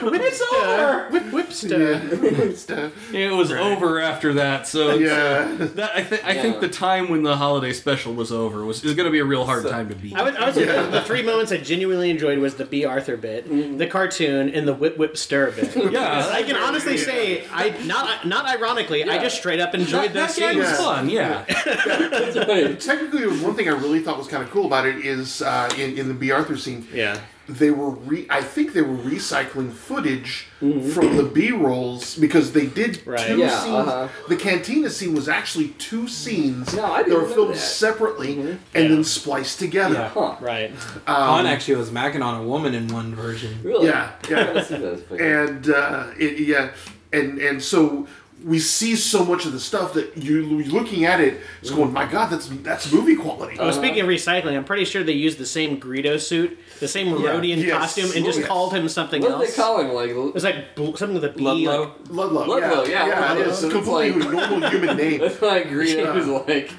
[SPEAKER 3] Whipster. Whip, whipster.
[SPEAKER 4] yeah. Stuff.
[SPEAKER 1] It was over after that, so
[SPEAKER 4] Yeah.
[SPEAKER 1] that, I, th- I think
[SPEAKER 5] Yeah.
[SPEAKER 1] the time when the holiday special was over was is going to be a real hard time to beat.
[SPEAKER 3] I would, I would say the- the three moments I genuinely enjoyed was the B. Arthur bit,
[SPEAKER 5] Mm-hmm.
[SPEAKER 3] the cartoon, and the whip whip stir bit.
[SPEAKER 1] yeah,
[SPEAKER 3] I can honestly say, I not not ironically, I just straight up enjoyed
[SPEAKER 1] that, that
[SPEAKER 3] those
[SPEAKER 1] gag was
[SPEAKER 4] Yeah.
[SPEAKER 3] scenes.
[SPEAKER 1] fun. Yeah,
[SPEAKER 3] [laughs]
[SPEAKER 4] Technically, there was one thing I really thought was kind of cool about it is uh, in, in the B. Arthur scene.
[SPEAKER 3] Yeah.
[SPEAKER 4] they were re- I think they were recycling footage from the B rolls because they did
[SPEAKER 3] Right.
[SPEAKER 4] two
[SPEAKER 5] Mm-hmm. Yeah,
[SPEAKER 4] scenes.
[SPEAKER 5] uh-huh.
[SPEAKER 4] The cantina scene was actually two scenes
[SPEAKER 5] No, I didn't
[SPEAKER 4] that were
[SPEAKER 5] know
[SPEAKER 4] filmed
[SPEAKER 5] that. Mm-hmm.
[SPEAKER 4] separately and
[SPEAKER 3] Yeah.
[SPEAKER 4] then spliced together.
[SPEAKER 5] Huh.
[SPEAKER 3] Right.
[SPEAKER 5] Uh-huh.
[SPEAKER 4] Um,
[SPEAKER 6] Han actually was macking on a woman in one version.
[SPEAKER 5] Really?
[SPEAKER 4] Yeah, yeah.
[SPEAKER 5] [laughs] I see those pictures.
[SPEAKER 4] And uh, it, yeah, and and so we see so much of the stuff that you you're looking at it, it's going, my God, that's that's movie quality.
[SPEAKER 3] Mm-hmm. Oh, speaking of recycling, I'm pretty sure they used the same Greedo suit, the same Rhodian
[SPEAKER 4] Yes.
[SPEAKER 3] costume, and just
[SPEAKER 4] Yes.
[SPEAKER 3] called him something
[SPEAKER 5] What do
[SPEAKER 3] else.
[SPEAKER 5] they call him? Like
[SPEAKER 3] It was like bl- something with a B.
[SPEAKER 6] Ludlow.
[SPEAKER 3] like-
[SPEAKER 4] Ludlow,
[SPEAKER 5] Ludlow, yeah,
[SPEAKER 4] yeah, yeah,
[SPEAKER 5] Ludlow.
[SPEAKER 4] it's
[SPEAKER 5] So it's
[SPEAKER 4] completely
[SPEAKER 5] like-
[SPEAKER 4] normal human
[SPEAKER 5] [laughs]
[SPEAKER 4] name,
[SPEAKER 5] that's not green. It was like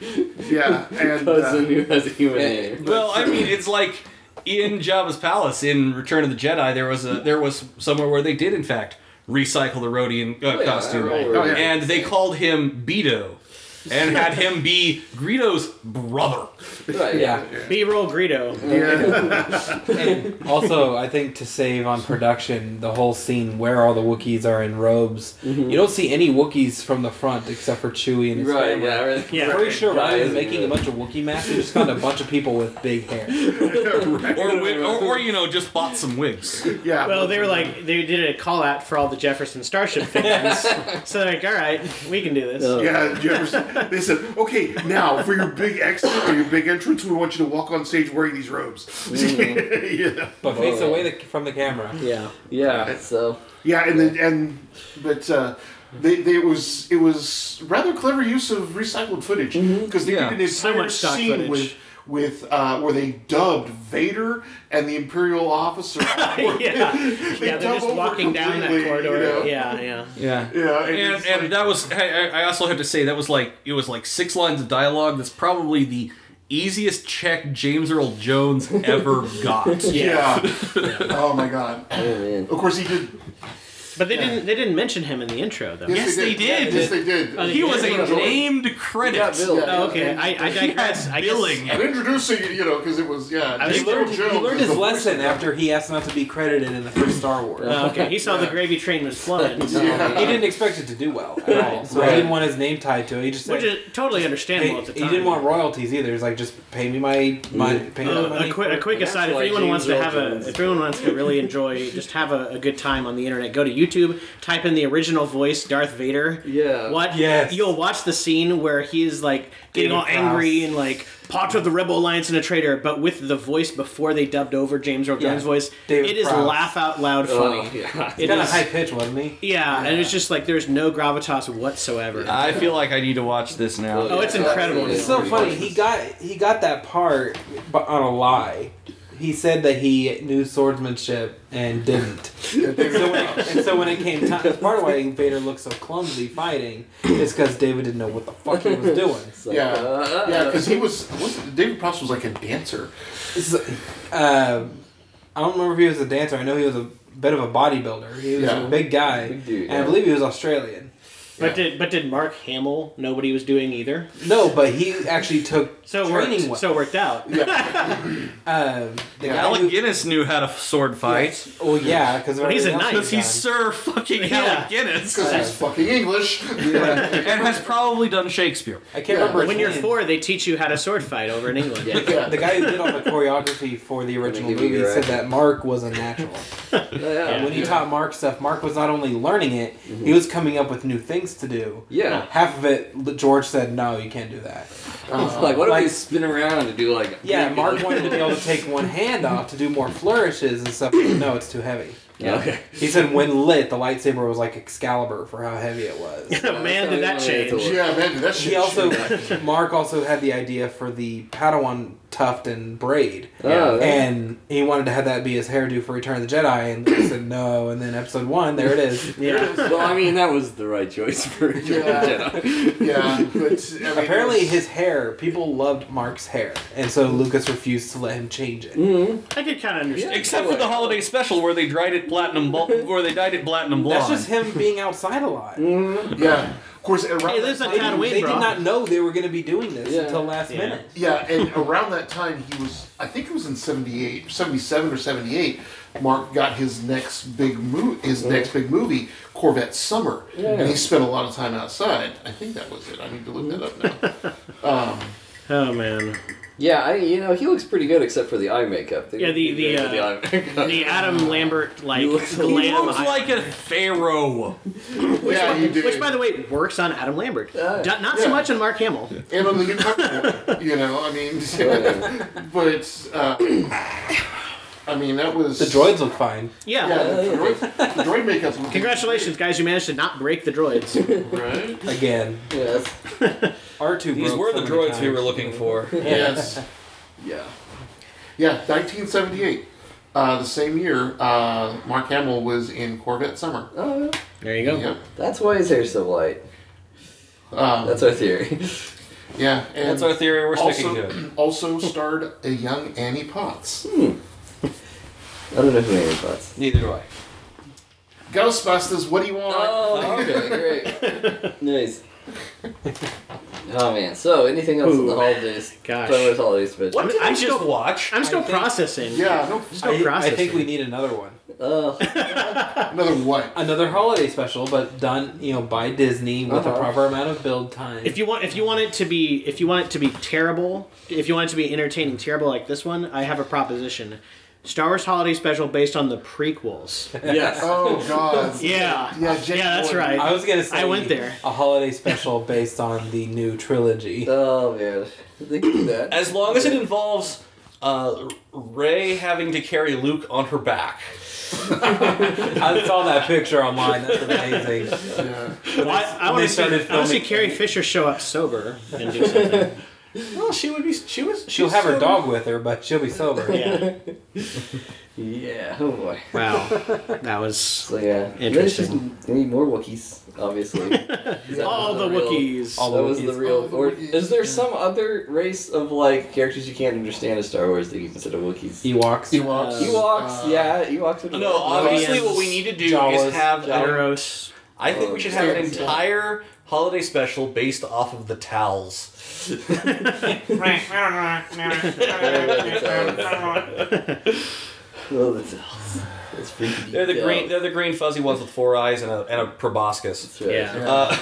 [SPEAKER 5] [laughs]
[SPEAKER 4] yeah, and
[SPEAKER 5] cousin
[SPEAKER 4] uh,
[SPEAKER 5] who has a human name.
[SPEAKER 1] Well, I mean, it's like in Jabba's palace in Return of the Jedi, there was a there was somewhere where they did in fact recycle the Rodian uh,
[SPEAKER 5] Oh, yeah,
[SPEAKER 1] costume,
[SPEAKER 5] right.
[SPEAKER 4] Oh, yeah.
[SPEAKER 1] and they called him Beto, and had him be Greedo's
[SPEAKER 5] [laughs]
[SPEAKER 1] brother.
[SPEAKER 5] Right.
[SPEAKER 6] Yeah.
[SPEAKER 3] B-roll Greedo.
[SPEAKER 4] yeah, [laughs]
[SPEAKER 6] And [laughs] also, I think to save on production, the whole scene where all the Wookiees are in robes, you don't see any Wookiees from the front except for Chewie and his
[SPEAKER 5] Right.
[SPEAKER 6] family.
[SPEAKER 5] Yeah. Right.
[SPEAKER 6] I'm
[SPEAKER 3] Yeah.
[SPEAKER 6] pretty sure
[SPEAKER 5] Guys
[SPEAKER 6] Ryan was
[SPEAKER 5] and
[SPEAKER 6] making a bunch of Wookiee masks and just found a bunch of people with big hair.
[SPEAKER 1] Or, wi- or, or you know, just bought some wigs.
[SPEAKER 4] yeah.
[SPEAKER 3] Well, they were like they did a call out for all the Jefferson
[SPEAKER 5] [laughs]
[SPEAKER 3] Starship fans, so they're like, all right, we can do this.
[SPEAKER 4] Yeah, Jefferson. they said, okay, now for your big exit or your big entrance, we want you to walk on stage wearing these robes. [laughs]
[SPEAKER 5] Mm.
[SPEAKER 4] yeah,
[SPEAKER 6] But face away the, from the camera.
[SPEAKER 3] Yeah.
[SPEAKER 5] Yeah. So.
[SPEAKER 4] yeah, and then and but uh, they, they it was it was rather clever use of recycled footage because they
[SPEAKER 1] Mm-hmm. Yeah.
[SPEAKER 4] did an entire
[SPEAKER 3] much stock
[SPEAKER 4] scene
[SPEAKER 3] footage.
[SPEAKER 4] with. With uh, where they dubbed Vader and the
[SPEAKER 3] [laughs]
[SPEAKER 4] Imperial officer, [laughs]
[SPEAKER 3] Yeah. yeah,
[SPEAKER 4] They
[SPEAKER 3] they're
[SPEAKER 4] dub
[SPEAKER 3] just
[SPEAKER 4] over
[SPEAKER 3] walking down that
[SPEAKER 4] completely,
[SPEAKER 3] corridor.
[SPEAKER 4] you know?
[SPEAKER 3] Yeah, yeah.
[SPEAKER 1] Yeah.
[SPEAKER 4] yeah,
[SPEAKER 1] And,
[SPEAKER 4] it's
[SPEAKER 1] and
[SPEAKER 4] like-
[SPEAKER 1] that was I, I I also have to say that was like it was like six lines of dialogue. That's probably the easiest check James Earl Jones ever got.
[SPEAKER 4] yeah. [laughs] oh my god!
[SPEAKER 5] Oh, man.
[SPEAKER 4] Of course he did.
[SPEAKER 3] But they didn't they didn't mention him in the intro though.
[SPEAKER 1] Yes, they did.
[SPEAKER 4] Yes, they did.
[SPEAKER 3] Oh, they
[SPEAKER 1] He
[SPEAKER 3] did?
[SPEAKER 1] was a named credit.
[SPEAKER 5] Bill.
[SPEAKER 4] Yeah.
[SPEAKER 3] Oh, okay, I, I digress. I guess-
[SPEAKER 1] billing.
[SPEAKER 4] I'm introducing you, you know, because it was yeah.
[SPEAKER 3] I was-
[SPEAKER 4] James
[SPEAKER 3] He learned-
[SPEAKER 4] Earl
[SPEAKER 6] He
[SPEAKER 4] Jones
[SPEAKER 6] learned
[SPEAKER 4] is [laughs]
[SPEAKER 6] his
[SPEAKER 4] the
[SPEAKER 6] lesson after he asked not to be credited in the first Star Wars.
[SPEAKER 3] Oh, okay, he saw the gravy train was
[SPEAKER 4] [laughs]
[SPEAKER 3] flowing,
[SPEAKER 1] Oh,
[SPEAKER 4] Yeah.
[SPEAKER 6] He didn't expect it to do well at all, so
[SPEAKER 5] Right.
[SPEAKER 6] he didn't want his name tied to it. He just said,
[SPEAKER 3] which is totally
[SPEAKER 6] He,
[SPEAKER 3] understandable at the
[SPEAKER 6] he
[SPEAKER 3] time.
[SPEAKER 6] didn't want royalties either. He's like, just pay me my my pay me my
[SPEAKER 3] Uh,
[SPEAKER 6] money.
[SPEAKER 3] a, quick, a quick
[SPEAKER 5] That's
[SPEAKER 3] aside: if
[SPEAKER 5] why
[SPEAKER 3] anyone
[SPEAKER 5] James
[SPEAKER 3] wants to
[SPEAKER 5] Earl
[SPEAKER 3] have a,
[SPEAKER 5] Jones-
[SPEAKER 3] if anyone wants to really enjoy, just have a, a good time on the internet. Go to YouTube, type in the original voice Darth Vader.
[SPEAKER 5] Yeah.
[SPEAKER 3] What?
[SPEAKER 6] Yes.
[SPEAKER 3] You'll watch the scene where he is like getting
[SPEAKER 6] David
[SPEAKER 3] all
[SPEAKER 6] Prowse.
[SPEAKER 3] angry and like part of the Rebel Alliance and a traitor, but with the voice before they dubbed over James Earl
[SPEAKER 6] Yeah.
[SPEAKER 3] Jones' voice.
[SPEAKER 6] David
[SPEAKER 3] it is
[SPEAKER 6] Prowse.
[SPEAKER 3] laugh out loud funny.
[SPEAKER 5] Oh, [laughs] yeah.
[SPEAKER 3] It
[SPEAKER 6] kind of
[SPEAKER 3] is-
[SPEAKER 6] high pitch, wasn't he?
[SPEAKER 3] yeah, and it's just like there's no gravitas whatsoever.
[SPEAKER 1] I feel like I need to watch this now.
[SPEAKER 3] oh, it's
[SPEAKER 5] Yeah,
[SPEAKER 3] incredible.
[SPEAKER 5] absolutely.
[SPEAKER 6] It's so funny.
[SPEAKER 4] [laughs]
[SPEAKER 6] He got he got that part, but on a lie. He said that he knew swordsmanship and didn't. [laughs] and, so when it, and so when it came time, that's part of why Vader looked so clumsy fighting is because David didn't know what the fuck he was [laughs] doing.
[SPEAKER 5] [laughs] So,
[SPEAKER 4] Yeah,
[SPEAKER 5] uh,
[SPEAKER 4] yeah,
[SPEAKER 5] [laughs]
[SPEAKER 4] because he was, was David Prowse was like a dancer.
[SPEAKER 6] This is, uh, I don't remember if he was a dancer. I know he was a bit of a bodybuilder. He was
[SPEAKER 4] Yeah.
[SPEAKER 6] a big guy,
[SPEAKER 5] Big dude,
[SPEAKER 6] and I
[SPEAKER 5] yeah.
[SPEAKER 6] believe he was Australian.
[SPEAKER 3] But did but did Mark Hamill know what he was doing either?
[SPEAKER 6] No, but he actually took
[SPEAKER 3] So it
[SPEAKER 6] training.
[SPEAKER 3] worked.
[SPEAKER 6] Worked.
[SPEAKER 3] So it worked out.
[SPEAKER 4] [laughs]
[SPEAKER 6] um, the guy
[SPEAKER 9] Alec
[SPEAKER 6] who-
[SPEAKER 9] Guinness knew how to sword fight.
[SPEAKER 6] Oh yeah, because
[SPEAKER 3] he's a knight.
[SPEAKER 9] Because he's Sir fucking
[SPEAKER 3] Yeah.
[SPEAKER 9] Alec Guinness.
[SPEAKER 4] Because he's fucking English. Yeah.
[SPEAKER 9] and has probably done Shakespeare.
[SPEAKER 6] I can't remember his
[SPEAKER 3] When you're
[SPEAKER 6] name.
[SPEAKER 3] four, they teach you how to sword fight over
[SPEAKER 5] [laughs]
[SPEAKER 3] in England.
[SPEAKER 4] [laughs]
[SPEAKER 6] The guy who did all the choreography for the original
[SPEAKER 5] give you
[SPEAKER 6] movie
[SPEAKER 5] your
[SPEAKER 6] said
[SPEAKER 5] act.
[SPEAKER 6] that Mark was
[SPEAKER 5] [laughs]
[SPEAKER 6] a natural.
[SPEAKER 5] Yeah. Mm-hmm.
[SPEAKER 6] When he taught Mark stuff, Mark was not only learning it, he was coming up with new things to do.
[SPEAKER 5] Yeah.
[SPEAKER 6] Half of it, L- George said, "No, you can't do that."
[SPEAKER 5] It's like, what if
[SPEAKER 6] like-
[SPEAKER 5] we spin around and do like.
[SPEAKER 6] Yeah,
[SPEAKER 5] [laughs]
[SPEAKER 6] Mark wanted to be able to take one hand off to do more flourishes and stuff. but No, it's too heavy.
[SPEAKER 5] Yeah.
[SPEAKER 3] [laughs]
[SPEAKER 5] Okay.
[SPEAKER 6] He said when lit, the lightsaber was like Excalibur for how heavy it was.
[SPEAKER 3] Man, did that
[SPEAKER 5] That's not even
[SPEAKER 3] change.
[SPEAKER 5] what it's
[SPEAKER 4] yeah, man, that shit.
[SPEAKER 6] He also, Mark also had the idea for the Padawan tuft and braid.
[SPEAKER 5] Oh, that-
[SPEAKER 6] And he wanted to have that be his hairdo for Return of the Jedi, and Luke said no. And then Episode One, there it is.
[SPEAKER 3] Yeah.
[SPEAKER 5] well, [laughs] I mean, that was the right choice [laughs] for a
[SPEAKER 4] Yeah.
[SPEAKER 5] Jedi.
[SPEAKER 4] yeah, but I mean,
[SPEAKER 6] Apparently, his hair. People loved Mark's hair, and so Lucas refused to let him change it.
[SPEAKER 3] I could kind of understand.
[SPEAKER 9] Except for the holiday special where they dried it platinum, bl- where they dyed it platinum blonde.
[SPEAKER 6] That's just him being outside a lot.
[SPEAKER 4] yeah. Of course, around
[SPEAKER 3] Hey,
[SPEAKER 4] that
[SPEAKER 3] there's a Tatooine,
[SPEAKER 6] They, didn't- they did
[SPEAKER 3] bro.
[SPEAKER 6] not know they were going to be doing this
[SPEAKER 5] Yeah.
[SPEAKER 6] until last
[SPEAKER 3] Yeah.
[SPEAKER 6] minute.
[SPEAKER 4] Yeah, and around that time, he was, I think it was in 78, 77 or 78, Mark got his next big movie, his next big movie, Corvette Summer. And he spent a lot of time outside. I think that was it. I need to look that up now. um,
[SPEAKER 3] Oh man,
[SPEAKER 5] Yeah, I, you know, he looks pretty good except for the eye makeup. They
[SPEAKER 3] Yeah, the-
[SPEAKER 5] did great
[SPEAKER 3] the,
[SPEAKER 5] with
[SPEAKER 3] uh,
[SPEAKER 5] eye [laughs] makeup.
[SPEAKER 3] the Adam Lambert like
[SPEAKER 5] He looks- he
[SPEAKER 3] glam.
[SPEAKER 9] he looks
[SPEAKER 3] eye-
[SPEAKER 9] like a pharaoh.
[SPEAKER 4] yeah, he did.
[SPEAKER 3] Which, by the way, works on Adam Lambert. Do- not so
[SPEAKER 4] yeah.
[SPEAKER 3] much on Mark Hamill.
[SPEAKER 4] and on the new cover, you know, I mean, [laughs] but, uh, [coughs] I mean, that was.
[SPEAKER 6] The droids look fine.
[SPEAKER 3] Yeah.
[SPEAKER 4] Yeah, the droid, the droid makeup's looking-
[SPEAKER 3] Congratulations, guys! You managed to not break the droids.
[SPEAKER 4] Right?
[SPEAKER 6] Again,
[SPEAKER 5] Yes.
[SPEAKER 6] R two.
[SPEAKER 9] These were the droids we were looking for.
[SPEAKER 4] Yes.
[SPEAKER 5] Yeah.
[SPEAKER 4] Yeah, 1978. Uh, the same year, uh, Mark Hamill was in Corvette Summer.
[SPEAKER 5] Oh, yeah.
[SPEAKER 3] There you go.
[SPEAKER 4] Yep.
[SPEAKER 5] that's why his hair's so light.
[SPEAKER 4] Um,
[SPEAKER 5] That's our theory. [laughs]
[SPEAKER 4] yeah, and
[SPEAKER 9] That's our theory. We're sticking to it.
[SPEAKER 4] also, also starred a young Annie Potts.
[SPEAKER 5] I don't know who Aaron thoughts.
[SPEAKER 9] Neither do I.
[SPEAKER 4] Ghostbusters, what do you want?
[SPEAKER 5] Oh, okay,
[SPEAKER 3] [laughs]
[SPEAKER 5] great. nice. Oh man, so anything else in the
[SPEAKER 3] Ooh,
[SPEAKER 5] holidays?
[SPEAKER 3] gosh.
[SPEAKER 5] Star Wars holidays, but
[SPEAKER 9] What did
[SPEAKER 3] I
[SPEAKER 9] I
[SPEAKER 3] just-
[SPEAKER 9] just watch?
[SPEAKER 3] I'm still
[SPEAKER 6] think-
[SPEAKER 3] processing.
[SPEAKER 4] Yeah, no,
[SPEAKER 3] Still
[SPEAKER 6] I
[SPEAKER 3] processing.
[SPEAKER 6] think we need another one.
[SPEAKER 5] uh,
[SPEAKER 3] [laughs]
[SPEAKER 4] another what?
[SPEAKER 6] another holiday special, but done you know by Disney with a
[SPEAKER 5] Uh-huh.
[SPEAKER 6] proper amount of build time.
[SPEAKER 3] If you want, if you want it to be, if you want it to be terrible, if you want it to be entertaining, terrible like this one, I have a proposition: Star Wars Holiday Special based on the
[SPEAKER 6] [laughs]
[SPEAKER 3] prequels.
[SPEAKER 5] yes.
[SPEAKER 4] Oh God.
[SPEAKER 3] Yeah,
[SPEAKER 4] Yeah, Jake
[SPEAKER 3] yeah, that's
[SPEAKER 4] Gordon.
[SPEAKER 3] right.
[SPEAKER 6] I was gonna say
[SPEAKER 3] I went there.
[SPEAKER 6] a
[SPEAKER 3] [laughs]
[SPEAKER 6] holiday special based on the
[SPEAKER 5] [laughs]
[SPEAKER 6] new trilogy.
[SPEAKER 5] Oh man, they can do that.
[SPEAKER 9] As long as it involves uh, Ray having to carry Luke on her back.
[SPEAKER 6] I saw that picture online. That's amazing.
[SPEAKER 4] Yeah.
[SPEAKER 6] When
[SPEAKER 3] I, I
[SPEAKER 6] they- when
[SPEAKER 3] want
[SPEAKER 6] they
[SPEAKER 3] to see,
[SPEAKER 6] started
[SPEAKER 3] I wanna see
[SPEAKER 6] filming-
[SPEAKER 3] Carrie Fisher show up sober and do
[SPEAKER 6] [laughs]
[SPEAKER 3] something.
[SPEAKER 9] Well, she would be. She was.
[SPEAKER 6] She'll have her dog with her, but she'll be sober.
[SPEAKER 3] [laughs] yeah.
[SPEAKER 5] Yeah. Oh boy.
[SPEAKER 3] Wow. That was
[SPEAKER 5] So yeah,
[SPEAKER 3] Interesting.
[SPEAKER 5] There's just need more Wookiees, obviously.
[SPEAKER 3] [laughs] all the
[SPEAKER 5] real-
[SPEAKER 3] Wookiees.
[SPEAKER 5] That was the
[SPEAKER 4] All
[SPEAKER 5] real.
[SPEAKER 4] the
[SPEAKER 5] Or
[SPEAKER 4] Wookiees,
[SPEAKER 5] is there
[SPEAKER 4] yeah.
[SPEAKER 5] some other race of like characters you can't understand in Star Wars that you consider Wookiees?
[SPEAKER 6] Ewoks.
[SPEAKER 4] Ewoks.
[SPEAKER 5] Ewoks,
[SPEAKER 4] Uh,
[SPEAKER 5] yeah, Ewoks. Would be
[SPEAKER 9] No, obviously, what we need to do
[SPEAKER 6] Jawas,
[SPEAKER 9] is have. an-
[SPEAKER 3] Gyros.
[SPEAKER 9] I think we should have an entire holiday special based off of the towels.
[SPEAKER 5] [laughs]
[SPEAKER 6] [laughs]
[SPEAKER 5] Oh, that's, that's
[SPEAKER 1] [laughs]
[SPEAKER 5] freaky.
[SPEAKER 9] They're the
[SPEAKER 5] deep
[SPEAKER 9] green.
[SPEAKER 5] down.
[SPEAKER 9] They're the green fuzzy ones with four eyes and a and a proboscis.
[SPEAKER 5] That's right.
[SPEAKER 3] Yeah.
[SPEAKER 9] Uh,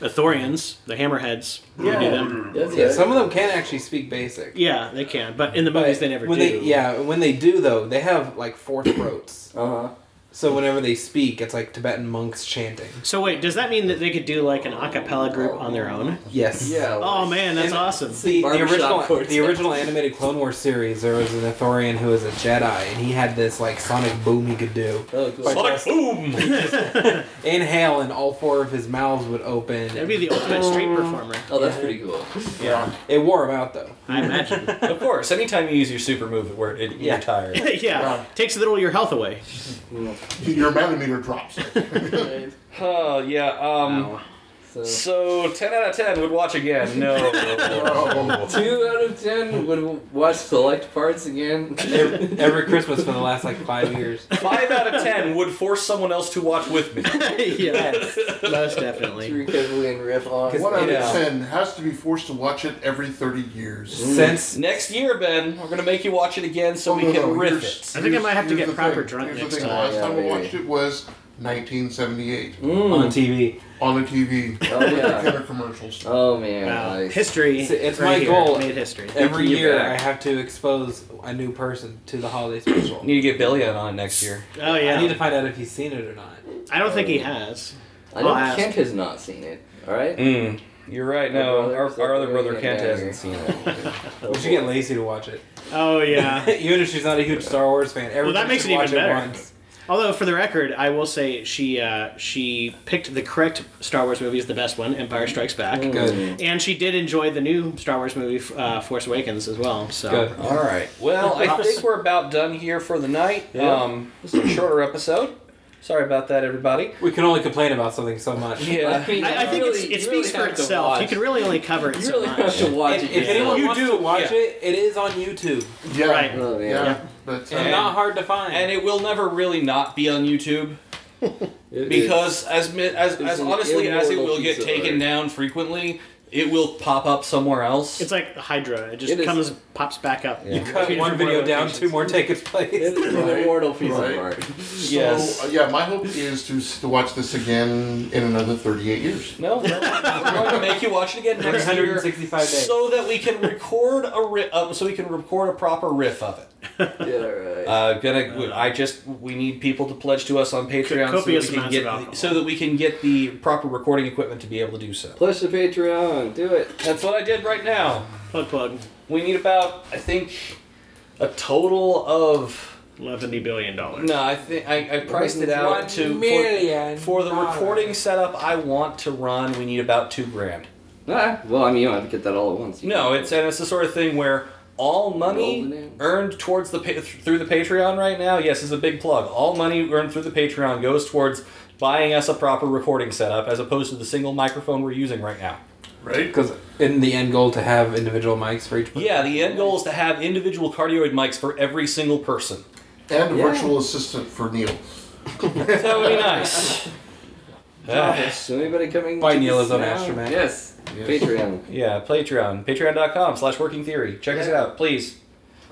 [SPEAKER 3] The Thorians, the Hammerheads. you
[SPEAKER 6] Yeah.
[SPEAKER 3] do them.
[SPEAKER 5] That's
[SPEAKER 6] Yeah,
[SPEAKER 5] right.
[SPEAKER 6] some of them can actually speak basic.
[SPEAKER 3] Yeah, they can, but in the movies they never
[SPEAKER 6] when
[SPEAKER 3] do.
[SPEAKER 6] They, yeah, when they do though, they have like four throats.
[SPEAKER 5] Uh huh.
[SPEAKER 6] so whenever they speak, it's like Tibetan monks chanting.
[SPEAKER 3] So wait, does that mean that they could do like an a cappella group on their own?
[SPEAKER 6] Yes.
[SPEAKER 5] Yeah.
[SPEAKER 3] Oh man, that's
[SPEAKER 6] And
[SPEAKER 3] awesome. [laughs]
[SPEAKER 6] See, the
[SPEAKER 5] Barbershop
[SPEAKER 6] original,
[SPEAKER 5] quartet.
[SPEAKER 6] the original animated Clone Wars series, there was an Ithorian who was a Jedi, and he had this like sonic boom he could do.
[SPEAKER 5] Oh, cool.
[SPEAKER 6] But-
[SPEAKER 9] Sonic boom.
[SPEAKER 6] Inhale, and all four of his mouths would open.
[SPEAKER 3] That'd be the ultimate street performer.
[SPEAKER 5] Oh, that's pretty cool.
[SPEAKER 4] Yeah.
[SPEAKER 6] It wore him out though.
[SPEAKER 3] I imagine.
[SPEAKER 9] [laughs]
[SPEAKER 3] [laughs]
[SPEAKER 9] of course, anytime you use your super move, it, where it, you're
[SPEAKER 6] Yeah.
[SPEAKER 9] tired.
[SPEAKER 3] yeah. Takes a little of your health away. [laughs]
[SPEAKER 4] Your manometer drops.
[SPEAKER 9] Oh yeah. Um,
[SPEAKER 3] Wow.
[SPEAKER 5] So
[SPEAKER 1] So ten out of ten would watch again.
[SPEAKER 5] [laughs] uh,
[SPEAKER 1] No.
[SPEAKER 4] Oh.
[SPEAKER 5] two out of ten would watch select
[SPEAKER 1] [laughs]
[SPEAKER 5] parts again.
[SPEAKER 3] [laughs]
[SPEAKER 6] Every, every Christmas for the last like five years.
[SPEAKER 1] Five out of ten would force someone else to watch with me.
[SPEAKER 3] yes, most definitely.
[SPEAKER 5] Drink heavily and riff on.
[SPEAKER 4] One out
[SPEAKER 6] Yeah.
[SPEAKER 4] of ten has to be forced to watch it every thirty
[SPEAKER 6] Mm-hmm.
[SPEAKER 4] years.
[SPEAKER 1] [laughs]
[SPEAKER 6] Since
[SPEAKER 1] Next year, Ben, we're gonna make you watch it again so
[SPEAKER 4] Oh,
[SPEAKER 1] we
[SPEAKER 4] no,
[SPEAKER 1] can
[SPEAKER 4] no,
[SPEAKER 1] riff
[SPEAKER 4] here's-
[SPEAKER 1] it.
[SPEAKER 3] I think I might have to
[SPEAKER 4] here's
[SPEAKER 3] get
[SPEAKER 4] the
[SPEAKER 3] proper
[SPEAKER 4] thing.
[SPEAKER 3] drunk
[SPEAKER 4] Here's
[SPEAKER 3] next
[SPEAKER 4] the thing.
[SPEAKER 3] time.
[SPEAKER 4] Last
[SPEAKER 5] Yeah,
[SPEAKER 4] time I
[SPEAKER 5] maybe.
[SPEAKER 4] watched it was 1978
[SPEAKER 5] Mm.
[SPEAKER 6] on TV,
[SPEAKER 4] on the TV.
[SPEAKER 5] Oh yeah.
[SPEAKER 4] Counter commercials.
[SPEAKER 5] Oh man.
[SPEAKER 3] Wow.
[SPEAKER 5] nice.
[SPEAKER 3] History.
[SPEAKER 6] It's- it's
[SPEAKER 3] right
[SPEAKER 6] my
[SPEAKER 3] here.
[SPEAKER 6] goal.
[SPEAKER 3] Made history.
[SPEAKER 6] every
[SPEAKER 1] Thinking
[SPEAKER 6] year
[SPEAKER 1] back.
[SPEAKER 6] I have to expose a new person to the holiday special.
[SPEAKER 1] Need to get Billy in on next year.
[SPEAKER 3] Oh
[SPEAKER 6] I need
[SPEAKER 3] yeah.
[SPEAKER 6] to find out if he's seen it or not.
[SPEAKER 3] I don't think he has.
[SPEAKER 5] I know
[SPEAKER 3] I'll ask.
[SPEAKER 5] Kent has not seen it. All right.
[SPEAKER 1] Mm, you're right.
[SPEAKER 5] My
[SPEAKER 1] No,
[SPEAKER 5] brother-
[SPEAKER 1] our, our other brother Kent
[SPEAKER 5] Yeah.
[SPEAKER 1] hasn't seen it.
[SPEAKER 5] [laughs]
[SPEAKER 6] We should get Lacey to watch it.
[SPEAKER 3] Oh yeah.
[SPEAKER 6] [laughs] even if she's not a huge Star Wars fan, everyone
[SPEAKER 3] that makes
[SPEAKER 6] should
[SPEAKER 3] it even
[SPEAKER 6] watch
[SPEAKER 3] better.
[SPEAKER 6] once.
[SPEAKER 3] Although for the record, I will say she uh, she picked the correct Star Wars movie as the best one, Empire Strikes Back,
[SPEAKER 5] Mm.
[SPEAKER 6] Good.
[SPEAKER 3] and she did enjoy the new Star Wars movie, f- uh, Force Awakens, as well. So
[SPEAKER 6] Good.
[SPEAKER 1] All right. Well, I think we're about done here for the night. Um, this is a shorter episode. Sorry about that, everybody. Uh,
[SPEAKER 6] We can only complain about something so much.
[SPEAKER 1] [laughs] Yeah.
[SPEAKER 5] mean,
[SPEAKER 3] I, I
[SPEAKER 5] you
[SPEAKER 3] think
[SPEAKER 5] really-
[SPEAKER 3] it's, it
[SPEAKER 5] you really
[SPEAKER 3] speaks for
[SPEAKER 5] have to
[SPEAKER 3] itself. You
[SPEAKER 5] watch-
[SPEAKER 3] can really only cover it
[SPEAKER 5] you
[SPEAKER 3] so
[SPEAKER 5] really
[SPEAKER 3] much.
[SPEAKER 5] have to watch
[SPEAKER 6] If,
[SPEAKER 5] it.
[SPEAKER 6] if
[SPEAKER 5] yourself.
[SPEAKER 6] anyone
[SPEAKER 1] You
[SPEAKER 6] wants
[SPEAKER 1] do,
[SPEAKER 6] to watch
[SPEAKER 1] yeah.
[SPEAKER 6] it, it is on YouTube.
[SPEAKER 4] Yeah,
[SPEAKER 3] Right.
[SPEAKER 5] Oh,
[SPEAKER 4] yeah,
[SPEAKER 5] man.
[SPEAKER 4] But uh,
[SPEAKER 6] It's not hard to find.
[SPEAKER 1] And it will never really not be on YouTube
[SPEAKER 5] It-
[SPEAKER 1] because, as mi- as,
[SPEAKER 5] it's
[SPEAKER 1] as
[SPEAKER 5] an
[SPEAKER 1] honestly as it
[SPEAKER 5] immortal
[SPEAKER 1] will get
[SPEAKER 5] piece of
[SPEAKER 1] taken
[SPEAKER 5] art.
[SPEAKER 1] down frequently, it will pop up somewhere else.
[SPEAKER 3] It's like Hydra. It just
[SPEAKER 5] It is-
[SPEAKER 3] comes, pops back up.
[SPEAKER 5] Yeah.
[SPEAKER 6] Cut one video down, two more take its place. [laughs]
[SPEAKER 5] it's, it's an
[SPEAKER 4] Right.
[SPEAKER 5] immortal piece
[SPEAKER 4] Right.
[SPEAKER 1] [laughs]
[SPEAKER 5] of art.
[SPEAKER 4] so,
[SPEAKER 1] yes.
[SPEAKER 4] uh, yeah, my hope is to s- to watch this again in another 38
[SPEAKER 1] [laughs]
[SPEAKER 4] years.
[SPEAKER 1] No, no, we're going to make you watch it again next year,
[SPEAKER 6] 365 days.
[SPEAKER 1] so that we can record a ri- uh, so we can record a proper riff of it.
[SPEAKER 5] Yeah, right.
[SPEAKER 1] Uh, gonna. I just. We need people to pledge to us on Patreon so that, we
[SPEAKER 3] Copious
[SPEAKER 1] can
[SPEAKER 3] amounts
[SPEAKER 1] get
[SPEAKER 3] of alcohol.
[SPEAKER 1] so that we can get the proper recording equipment to be able to do so.
[SPEAKER 5] Push the Patreon. Do it.
[SPEAKER 1] That's what I did right now.
[SPEAKER 3] Plug plug.
[SPEAKER 1] We need about I think a total of
[SPEAKER 3] Eleventy billion dollars.
[SPEAKER 1] no. I think I, I priced it out to for,
[SPEAKER 6] million
[SPEAKER 1] for the
[SPEAKER 6] dollars.
[SPEAKER 1] recording setup I want to run. We need about two grand.
[SPEAKER 5] Ah, well, I mean, you don't have to get that all at once. You
[SPEAKER 1] No,
[SPEAKER 5] can-
[SPEAKER 1] it's and it's the sort of thing where all
[SPEAKER 5] Roll it
[SPEAKER 1] money
[SPEAKER 5] in.
[SPEAKER 1] earned towards the pa- through the Patreon right now. Yes, is a big plug. All money earned through the Patreon goes towards buying us a proper recording setup as opposed to the single microphone we're using right now.
[SPEAKER 4] Right?
[SPEAKER 6] Because in the end goal to have individual mics for each person.
[SPEAKER 1] Yeah, the end goal is to have individual cardioid mics for every single person.
[SPEAKER 4] And a virtual assistant for Neil.
[SPEAKER 1] [laughs] That would be nice. Uh,
[SPEAKER 5] Ah, So anybody coming?
[SPEAKER 6] By
[SPEAKER 5] to
[SPEAKER 6] Neil
[SPEAKER 5] this
[SPEAKER 6] is on
[SPEAKER 5] now?
[SPEAKER 6] Astroman.
[SPEAKER 5] Yes.
[SPEAKER 4] Yes.
[SPEAKER 5] Patreon.
[SPEAKER 1] yeah, Patreon. Patreon.com slash working theory. Check us out, please.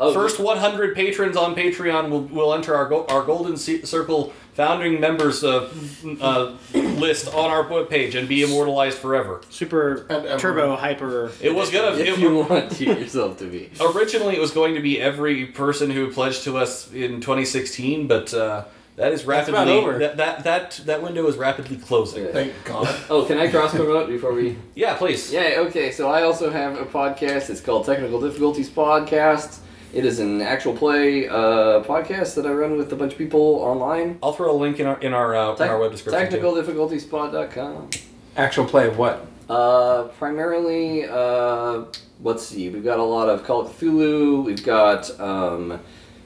[SPEAKER 5] Oh,
[SPEAKER 1] First 100 patrons on Patreon will, will enter our go- our Golden C- Circle founding members uh, uh, list on our webpage and be immortalized forever.
[SPEAKER 3] Super
[SPEAKER 4] And ever.
[SPEAKER 3] turbo hyper.
[SPEAKER 1] It was gonna.
[SPEAKER 5] [laughs] if
[SPEAKER 1] It,
[SPEAKER 5] you want you yourself to be.
[SPEAKER 1] originally, it was going to be every person who pledged to us in 2016, but uh, that is
[SPEAKER 6] That's
[SPEAKER 1] rapidly
[SPEAKER 6] about over.
[SPEAKER 1] That, that that that window is rapidly closing.
[SPEAKER 5] Yeah.
[SPEAKER 4] Thank God.
[SPEAKER 5] Oh, can I cross promote before we?
[SPEAKER 1] Yeah, please.
[SPEAKER 5] [laughs] Yeah. Okay. So I also have a podcast. It's called Technical Difficulties Podcast. It is an actual play uh, podcast that I run with a bunch of people online.
[SPEAKER 1] I'll throw a link in our in our uh, in our web description. too.
[SPEAKER 5] TechnicalDifficultiespod.com.
[SPEAKER 6] Actual play of what?
[SPEAKER 5] Uh, primarily, uh, let's see. We've got a lot of Call of Cthulhu. We've got um,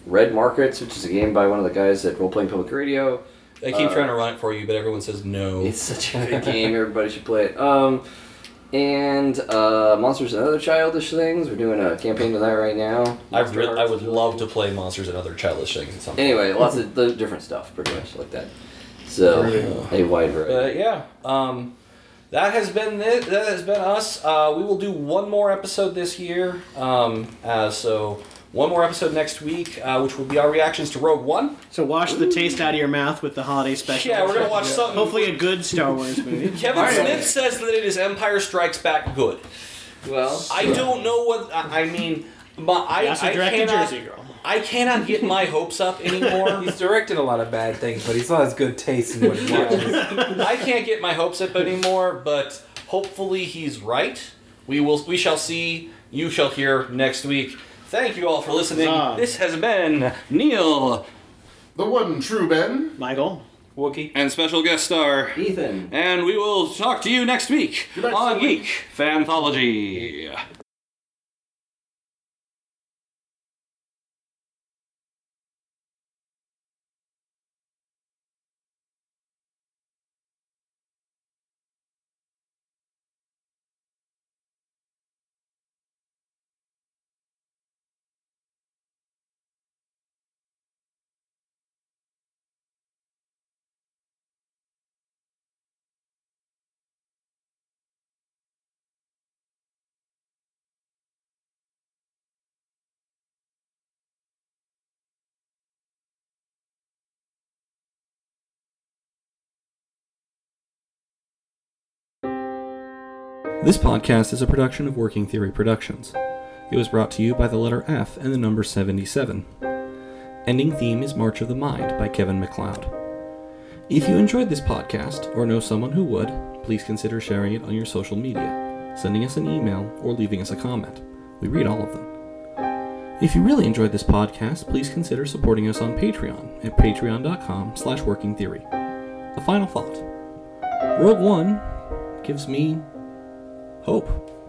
[SPEAKER 5] Red Markets, which is a game by one of the guys at Role Playing Public Radio.
[SPEAKER 1] I keep
[SPEAKER 5] Uh,
[SPEAKER 1] trying to run it for you, but everyone says no.
[SPEAKER 5] It's such a good game. Everybody should play it. Um, and uh, Monsters and Other Childish Things. We're doing a campaign to that right now.
[SPEAKER 1] I
[SPEAKER 5] Monster
[SPEAKER 1] re- I
[SPEAKER 5] Hearts
[SPEAKER 1] would
[SPEAKER 5] is really
[SPEAKER 1] love
[SPEAKER 5] cool.
[SPEAKER 1] to play monsters and other childish things at some point.
[SPEAKER 5] Anyway, lots of the different stuff, pretty much like that. So a wide variety.
[SPEAKER 1] But yeah, um, that has been it. That has been us. Uh, we will do one more episode this year. Um, uh, so one more episode next week, uh, which will be our reactions to Rogue One.
[SPEAKER 3] So wash the taste out of your mouth with the holiday special.
[SPEAKER 1] Yeah, we're gonna watch something.
[SPEAKER 3] Hopefully a good Star Wars movie.
[SPEAKER 1] Kevin Smith says that it is Empire Strikes Back good.
[SPEAKER 5] Well,
[SPEAKER 1] I don't know what I, I mean. My, I,
[SPEAKER 3] I also
[SPEAKER 1] I
[SPEAKER 3] directed
[SPEAKER 1] cannot,
[SPEAKER 3] Jersey Girl.
[SPEAKER 1] I cannot get my hopes up
[SPEAKER 3] [laughs]
[SPEAKER 1] anymore.
[SPEAKER 6] He's directed a lot of bad things, but he still has good taste in
[SPEAKER 1] [laughs]
[SPEAKER 6] what he watches.
[SPEAKER 1] I can't get my hopes up anymore, but hopefully he's right. We will. We shall see. You shall hear next week. Thank you all for listening.
[SPEAKER 3] Huzzah.
[SPEAKER 1] This has been Neil
[SPEAKER 4] The one true Ben.
[SPEAKER 3] Michael.
[SPEAKER 6] Wookie.
[SPEAKER 1] and special guest star,
[SPEAKER 5] Ethan.
[SPEAKER 1] and we will talk to you next week
[SPEAKER 4] Good night,
[SPEAKER 1] on
[SPEAKER 4] Sylvie.
[SPEAKER 1] Geek Fanthology.
[SPEAKER 10] This podcast is a production of Working Theory Productions. It was brought to you by the letter F and the number 77. Ending theme is March of the Mind by Kevin McLeod. If you enjoyed this podcast or know someone who would, please consider sharing it on your social media, sending us an email, or leaving us a comment. We read all of them. If you really enjoyed this podcast, please consider supporting us on Patreon at patreon.com slash working theory. A final thought. Rogue One gives me hope.